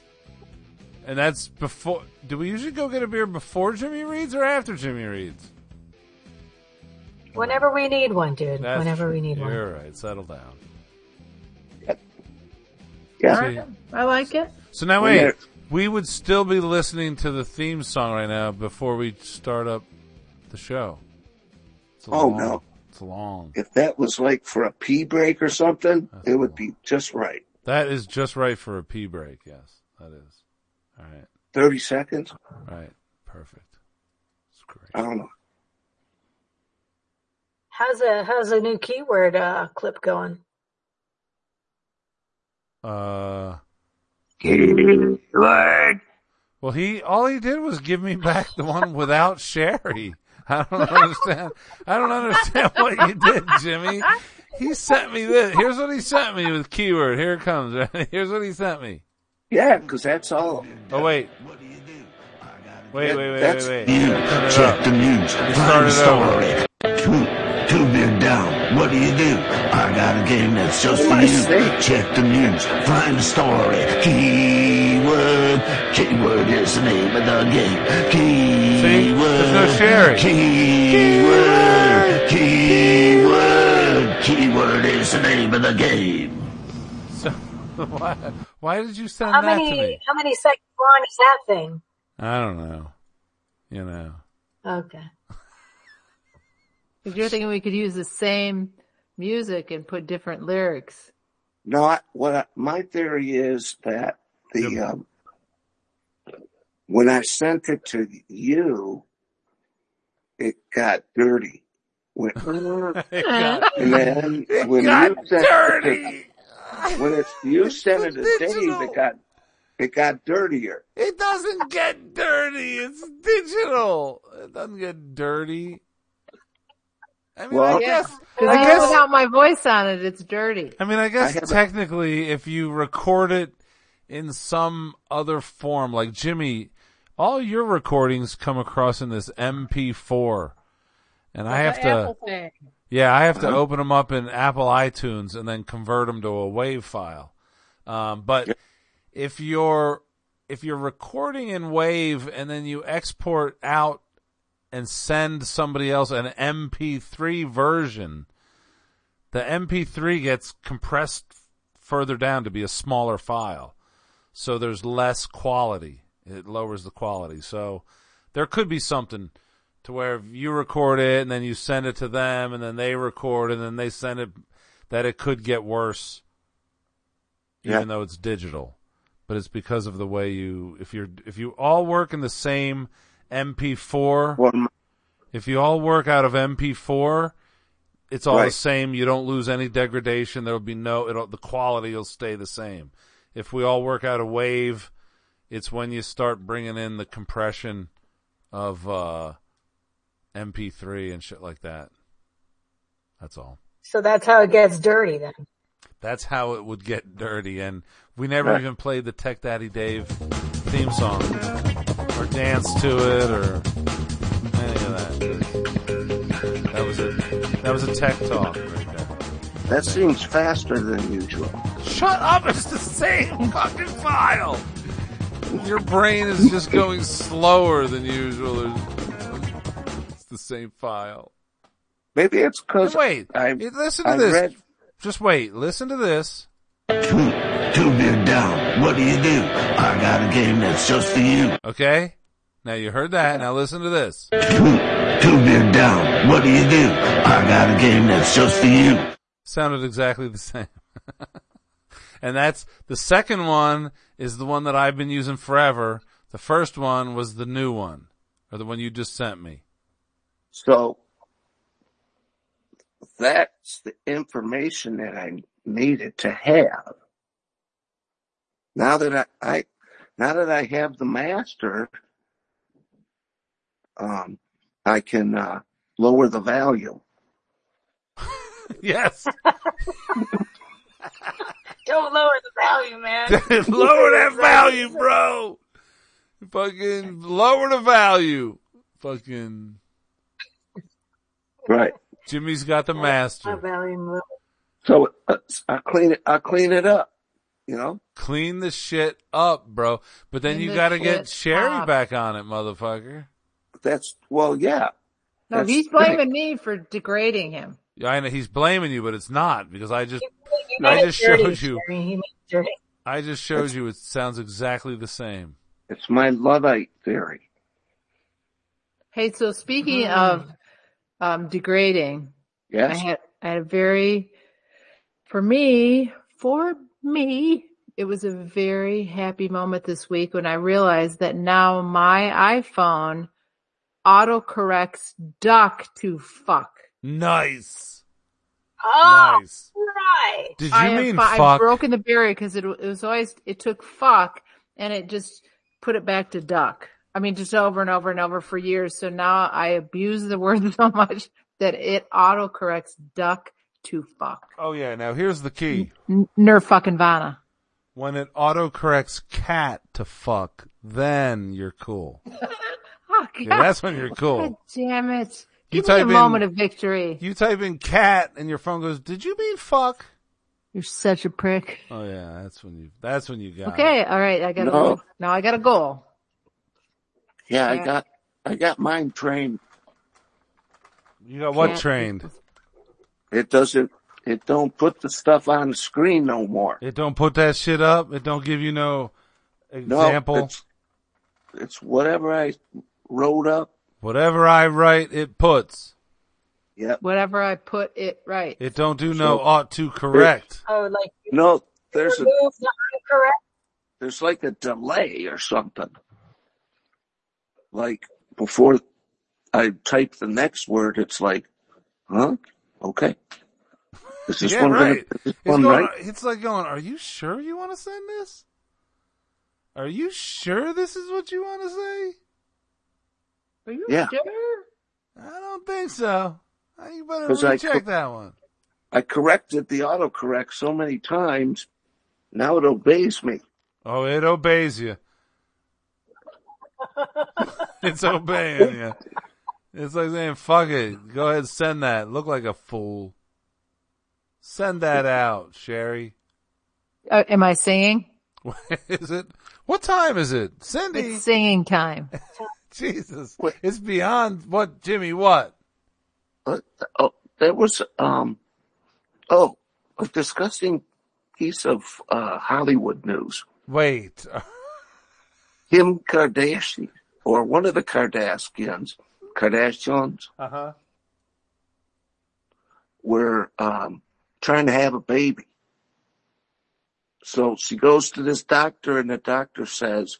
Speaker 2: and that's before. Do we usually go get a beer before Jimmy Reed's or after Jimmy Reed's?
Speaker 1: Whenever we need one, dude.
Speaker 2: That's
Speaker 1: Whenever we need
Speaker 2: You're
Speaker 1: one.
Speaker 2: right. Settle down.
Speaker 4: Yeah.
Speaker 2: See,
Speaker 3: I like it.
Speaker 2: So now
Speaker 4: When
Speaker 2: wait,
Speaker 4: they're-
Speaker 2: we would still be listening to the theme song right now before we start up the show. It's a
Speaker 4: Oh,
Speaker 2: long,
Speaker 4: no.
Speaker 2: it's long.
Speaker 4: If that was like for a pee break or something,
Speaker 2: Uh-huh.
Speaker 4: it would be just right.
Speaker 2: That is just right for a pee break. Yes, that is. All right,
Speaker 4: Thirty seconds.
Speaker 2: all right, perfect. It's great.
Speaker 4: I don't know.
Speaker 1: How's a how's a new keyword uh, clip going?
Speaker 2: Uh, well, he all he did was give me back the one without Sherry. I don't understand. I don't understand what you did, Jimmy. He sent me this. Here's what he sent me with keyword. Here it comes. Here's what he sent me.
Speaker 4: Yeah, because that's all.
Speaker 2: Oh wait. Wait, wait, wait, wait,
Speaker 4: That's-
Speaker 2: wait.
Speaker 7: You
Speaker 2: Turn it
Speaker 7: check the
Speaker 2: up.
Speaker 7: news.
Speaker 2: start
Speaker 7: Find
Speaker 2: it
Speaker 7: story. Two, two beer down. What do you do? I got a game that's just for
Speaker 4: I
Speaker 7: you.
Speaker 4: see.
Speaker 7: Check the news. Find a story. Keyword. Keyword is the name of the game.
Speaker 2: See?
Speaker 7: Keyword.
Speaker 2: There's no Sherry.
Speaker 7: Keyword. Keyword. Keyword is the name of the game.
Speaker 2: So, why, why did you send
Speaker 1: How
Speaker 2: that
Speaker 1: many
Speaker 2: to me?
Speaker 1: how many seconds long is that thing?
Speaker 2: I don't know. You know.
Speaker 1: Okay.
Speaker 3: If you're thinking we could use the same music and put different lyrics.
Speaker 4: No, I, what I, my theory is that the um, when I sent it to you, it got dirty. When,
Speaker 2: It got,
Speaker 4: and then when you
Speaker 2: got
Speaker 4: sent It
Speaker 2: dirty.
Speaker 4: to, when it, you sent it to Dave,
Speaker 2: digital.
Speaker 4: it got it got dirtier.
Speaker 2: It doesn't get dirty. It's digital. It doesn't get dirty. I mean, I
Speaker 4: Well-
Speaker 2: guess.
Speaker 3: Because
Speaker 2: I
Speaker 3: even
Speaker 2: guess.
Speaker 3: without my voice on it, it's dirty.
Speaker 2: I mean, I guess
Speaker 4: haven't-
Speaker 2: technically, if you record it in some other form, like Jimmy, all your recordings come across in this MP4, and I have
Speaker 3: The
Speaker 2: to,
Speaker 3: Apple thing.
Speaker 2: yeah, I have to open them up in Apple iTunes and then convert them to a WAV file. Um, but if you're if you're recording in WAV and then you export out and send somebody else an MP3 version, the MP3 gets compressed further down to be a smaller file. So there's less quality. It lowers the quality. So there could be something to where if you record it and then you send it to them and then they record and then they send it that it could get worse even
Speaker 4: Yeah.
Speaker 2: though it's digital. But it's because of the way you if you're if you all work in the same MP4,
Speaker 4: One,
Speaker 2: if you all work out of MP4, it's all the
Speaker 4: Right.
Speaker 2: same. You don't lose any degradation. There will be no it'll the quality will stay the same. If we all work out a wave, it's when you start bringing in the compression of uh MP3 and shit like that. That's all.
Speaker 1: So that's how it gets dirty then.
Speaker 2: That's how it would get dirty. And we never
Speaker 4: Right.
Speaker 2: even played the Tech Daddy Dave theme song or danced to it or any of that. That was a that was a tech talk right there.
Speaker 4: that seems faster than usual.
Speaker 2: Shut up! It's the same fucking file. Your brain is just going slower than usual. It's the same file.
Speaker 4: Maybe it's because
Speaker 2: Wait,
Speaker 4: I
Speaker 2: listen to
Speaker 4: I
Speaker 2: this.
Speaker 4: read-
Speaker 2: Just wait. Listen to this.
Speaker 7: Two, two beer down. What do you do? I got a game that's just for you.
Speaker 2: Okay. Now you heard that. Now listen to this.
Speaker 7: Two, two beer down. What do you do? I got a game that's just for you.
Speaker 2: sounded exactly the same. and that's the second one is the one that I've been using forever. The first one was the new one, or the one you just sent me.
Speaker 4: so. That's the information that I needed to have. Now that I, I now that I have the master, um, I can uh, lower the value.
Speaker 2: yes,
Speaker 1: Don't lower the value, man.
Speaker 2: lower that value, bro. Fucking lower the value. Fucking
Speaker 4: Right.
Speaker 2: Jimmy's got the
Speaker 1: My
Speaker 2: master.
Speaker 1: value. low.
Speaker 4: So uh, I clean it. I clean it up. You know.
Speaker 2: Clean the shit up, bro. But then
Speaker 3: Clean
Speaker 2: you
Speaker 3: the
Speaker 2: got to get
Speaker 3: shit
Speaker 2: Sherry
Speaker 3: up.
Speaker 2: back on it, motherfucker.
Speaker 4: That's well. Yeah.
Speaker 3: No,
Speaker 4: That's
Speaker 3: he's
Speaker 4: right.
Speaker 3: blaming me for degrading him.
Speaker 2: Yeah, I know he's blaming you, but it's not because I just
Speaker 1: You
Speaker 2: No, I
Speaker 1: made it
Speaker 2: just
Speaker 1: dirty,
Speaker 2: showed you.
Speaker 1: Jerry. You made it dirty.
Speaker 2: I just showed you it sounds exactly the same.
Speaker 4: It's my Luddite theory.
Speaker 3: Hey, so speaking of um, degrading, I
Speaker 4: Mm. Yes.
Speaker 3: had I had a very for me for me it was a very happy moment this week when I realized that now my iPhone autocorrects duck to fuck.
Speaker 2: Nice.
Speaker 1: Oh,
Speaker 2: nice.
Speaker 1: right.
Speaker 2: Did you
Speaker 3: Ah! I have
Speaker 2: mean
Speaker 3: fi- I've
Speaker 2: fuck?
Speaker 3: broken the barrier because it, w- it was always it took fuck and it just put it back to duck. I mean, just over and over and over for years. So now I abuse the word so much that it autocorrects duck to fuck.
Speaker 2: oh yeah, now here's the key.
Speaker 3: N- Ner fucking vana.
Speaker 2: When it autocorrects cat to fuck, then you're cool.
Speaker 3: Oh,
Speaker 2: Yeah,
Speaker 3: God.
Speaker 2: that's when you're
Speaker 3: God
Speaker 2: cool.
Speaker 3: damn it.
Speaker 2: You
Speaker 3: Give me a
Speaker 2: type in-
Speaker 3: moment of victory.
Speaker 2: You type in cat and your phone goes, "Did you mean fuck?"
Speaker 3: You're such a prick.
Speaker 2: Oh yeah, that's when you that's when you got it.
Speaker 3: Okay, all right, I got a
Speaker 4: No.
Speaker 3: goal. Now I got a goal.
Speaker 4: Yeah.
Speaker 3: Yeah.
Speaker 4: I got. I got mine trained.
Speaker 2: You got what
Speaker 3: Cat.
Speaker 2: trained?
Speaker 4: It doesn't. It don't put the stuff on the screen no more.
Speaker 2: It don't put that shit up. It don't give you no example.
Speaker 4: No. It's, it's whatever I wrote up.
Speaker 2: Whatever I write, it puts.
Speaker 4: Yep.
Speaker 3: Whatever I put it right.
Speaker 2: It don't do no
Speaker 4: So-
Speaker 2: ought to correct.
Speaker 1: Oh, like you
Speaker 4: No. There's a.
Speaker 1: remove the incorrect.
Speaker 4: There's like a delay or something. Like before, I type the next word. It's like, huh? Okay. Is this
Speaker 2: yeah,
Speaker 4: one
Speaker 2: right.
Speaker 4: Gonna, is this
Speaker 2: it's,
Speaker 4: one
Speaker 2: going,
Speaker 4: right?
Speaker 2: it's like going, are you sure you want to send this? Are you sure this is what you want to say?
Speaker 3: Are you
Speaker 4: Yeah.
Speaker 3: sure?
Speaker 2: I don't think so. Uh, You better
Speaker 4: 'Cause I
Speaker 2: recheck
Speaker 4: cou-
Speaker 2: that one.
Speaker 4: I corrected the autocorrect so many times. Now it obeys me.
Speaker 2: Oh, it obeys you. it's obeying you. It's like saying, fuck it. Go ahead, send that. Look like a fool. Send that out, Sherry.
Speaker 3: Uh, am I singing?
Speaker 2: What is it? What time is it? Cindy.
Speaker 3: It's singing time.
Speaker 2: Jesus.
Speaker 4: What?
Speaker 2: It's beyond what, Jimmy, what?
Speaker 4: Uh, oh, there was um, oh, a disgusting piece of uh, Hollywood news.
Speaker 2: Wait.
Speaker 4: Kim Kardashian, or one of the Kardashians, Kardashians,
Speaker 2: Uh-huh.
Speaker 4: were um, trying to have a baby, So she goes to this doctor, and the doctor says,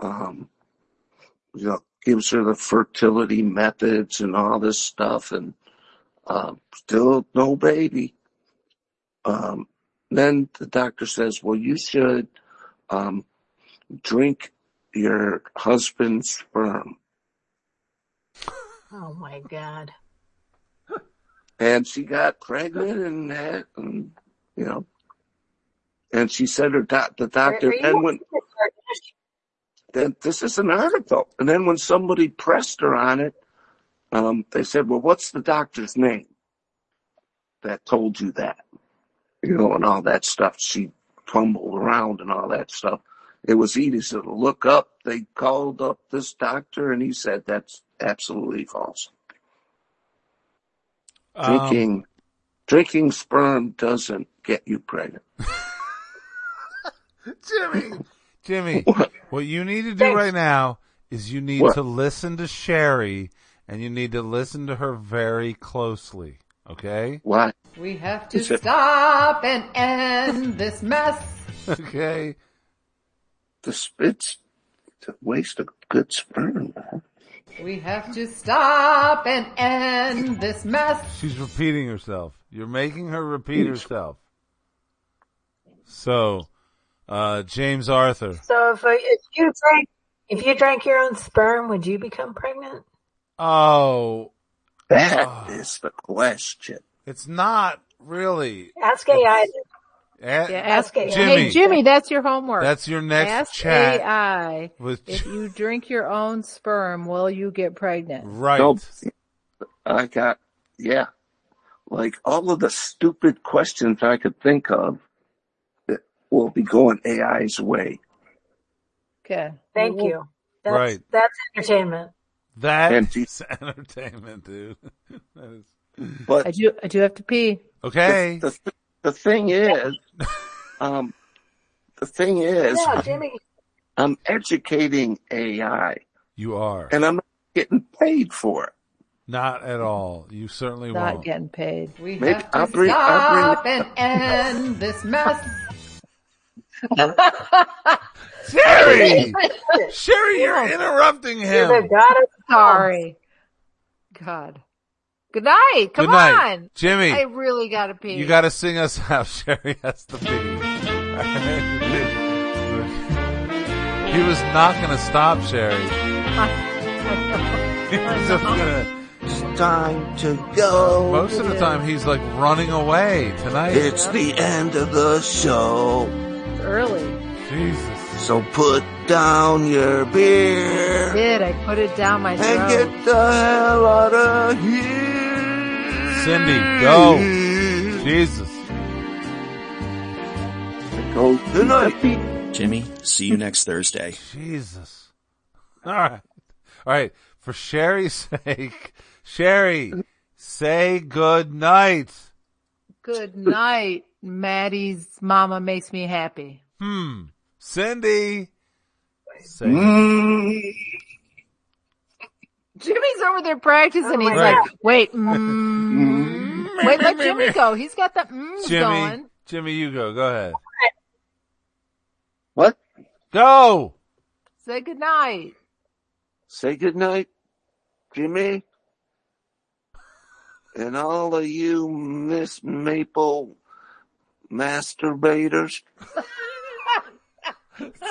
Speaker 4: um, you know, gives her the fertility methods and all this stuff, and um, still no baby. Um, then the doctor says, well, you should um, drink your husband's sperm.
Speaker 1: Oh my god.
Speaker 4: And she got pregnant and that, and, you know, and she said her doc, the
Speaker 1: Are,
Speaker 4: doctor
Speaker 1: are you
Speaker 4: then when then this is an article, and then when somebody pressed her on it, um, they said, well, what's the doctor's name that told you that? you know, and all that stuff. She tumbled around and all that stuff. It was easy to look up. They called up this doctor, and he said that's absolutely false.
Speaker 2: Um,
Speaker 4: Drinking drinking sperm doesn't get you pregnant.
Speaker 2: Jimmy, Jimmy,
Speaker 4: What?
Speaker 2: what you need to do
Speaker 1: Thanks.
Speaker 2: right now is you need
Speaker 4: What?
Speaker 2: to listen to Sherry and you need to listen to her very closely. Okay?
Speaker 4: Why?
Speaker 3: We have to stop and end this mess.
Speaker 2: Okay.
Speaker 4: This it's, it's a waste of good sperm. Man.
Speaker 3: We have to stop and end this mess.
Speaker 2: She's repeating herself. You're making her repeat herself. So, uh, James Arthur.
Speaker 1: So if, I, if you drank if you drank your own sperm, would you become pregnant?
Speaker 2: Oh,
Speaker 4: That is the question.
Speaker 2: it's not really.
Speaker 1: Ask AI.
Speaker 2: Eh,
Speaker 3: Yeah, ask,
Speaker 1: Ask AI.
Speaker 2: Jimmy.
Speaker 3: Hey, Jimmy, that's your homework.
Speaker 2: That's your next
Speaker 3: ask
Speaker 2: chat
Speaker 3: AI.
Speaker 2: with
Speaker 3: If you drink your own sperm, will you get pregnant?
Speaker 2: right.
Speaker 4: No, I got yeah. Like all of the stupid questions I could think of that will be going AI's way.
Speaker 3: Okay.
Speaker 1: Thank
Speaker 3: Well,
Speaker 1: you. That's
Speaker 2: Right.
Speaker 1: that's entertainment.
Speaker 2: That
Speaker 4: And she
Speaker 2: is entertainment, dude. That is-
Speaker 4: but
Speaker 3: I do. I do have to pee.
Speaker 4: the
Speaker 2: Okay.
Speaker 4: the the thing is, um, the thing is,
Speaker 1: No, Jimmy.
Speaker 4: I'm educating AI,
Speaker 2: You are.
Speaker 4: and I'm not getting paid for it.
Speaker 2: Not at all. You certainly
Speaker 3: Not
Speaker 2: won't.
Speaker 3: getting paid. We
Speaker 4: Maybe
Speaker 3: have
Speaker 4: I'll
Speaker 3: to
Speaker 4: bring I'll bring
Speaker 3: stop and end this mess.
Speaker 2: Sherry!
Speaker 1: You're
Speaker 2: Sherry, you're interrupting
Speaker 1: the
Speaker 2: him.
Speaker 1: god of
Speaker 3: Sorry. God. Good night. Come
Speaker 2: Good night.
Speaker 3: on.
Speaker 2: Jimmy,
Speaker 3: I really gotta pee.
Speaker 2: you got to sing us out. Sherry has to pee. he was not going to stop, Sherry. He was just
Speaker 3: Uh-huh.
Speaker 2: gonna-
Speaker 4: It's time to go.
Speaker 2: most of the time, he's like running away tonight.
Speaker 4: It's the end of the show,
Speaker 3: early.
Speaker 2: Jesus.
Speaker 4: so put down your beer
Speaker 3: Did I put it down my
Speaker 4: and
Speaker 3: throat?
Speaker 4: get the hell out of here.
Speaker 2: Cindy, go. Jesus.
Speaker 4: Go good night.
Speaker 6: Jimmy, see you next Thursday.
Speaker 2: Jesus. All right. All right. For Sherry's sake, Sherry, say good night.
Speaker 3: Good night. Maddie's mama makes me happy.
Speaker 2: Hmm. Cindy, say good-
Speaker 4: Mm.
Speaker 3: Jimmy's over there practicing.
Speaker 1: Oh my
Speaker 3: He's
Speaker 2: Right.
Speaker 3: like, wait, mm, wait, let Jimmy go. He's got the mm
Speaker 2: Jimmy,
Speaker 3: going.
Speaker 2: Jimmy, you go. Go ahead.
Speaker 4: What?
Speaker 2: Go.
Speaker 3: Say good night.
Speaker 4: Say good night, Jimmy. And all of you Miss Maple masturbators.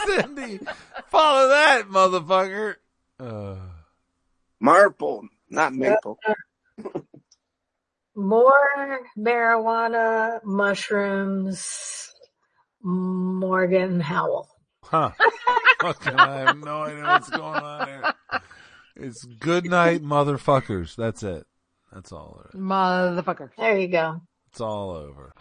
Speaker 2: Cindy, follow that motherfucker. Uh,
Speaker 4: Marple, not Maple.
Speaker 1: more marijuana, mushrooms, Morgan Howell.
Speaker 2: huh. Fucking, I have no idea what's going on here. It's good night, motherfuckers. That's it. That's all.
Speaker 3: Motherfucker.
Speaker 1: There you go.
Speaker 2: It's all over.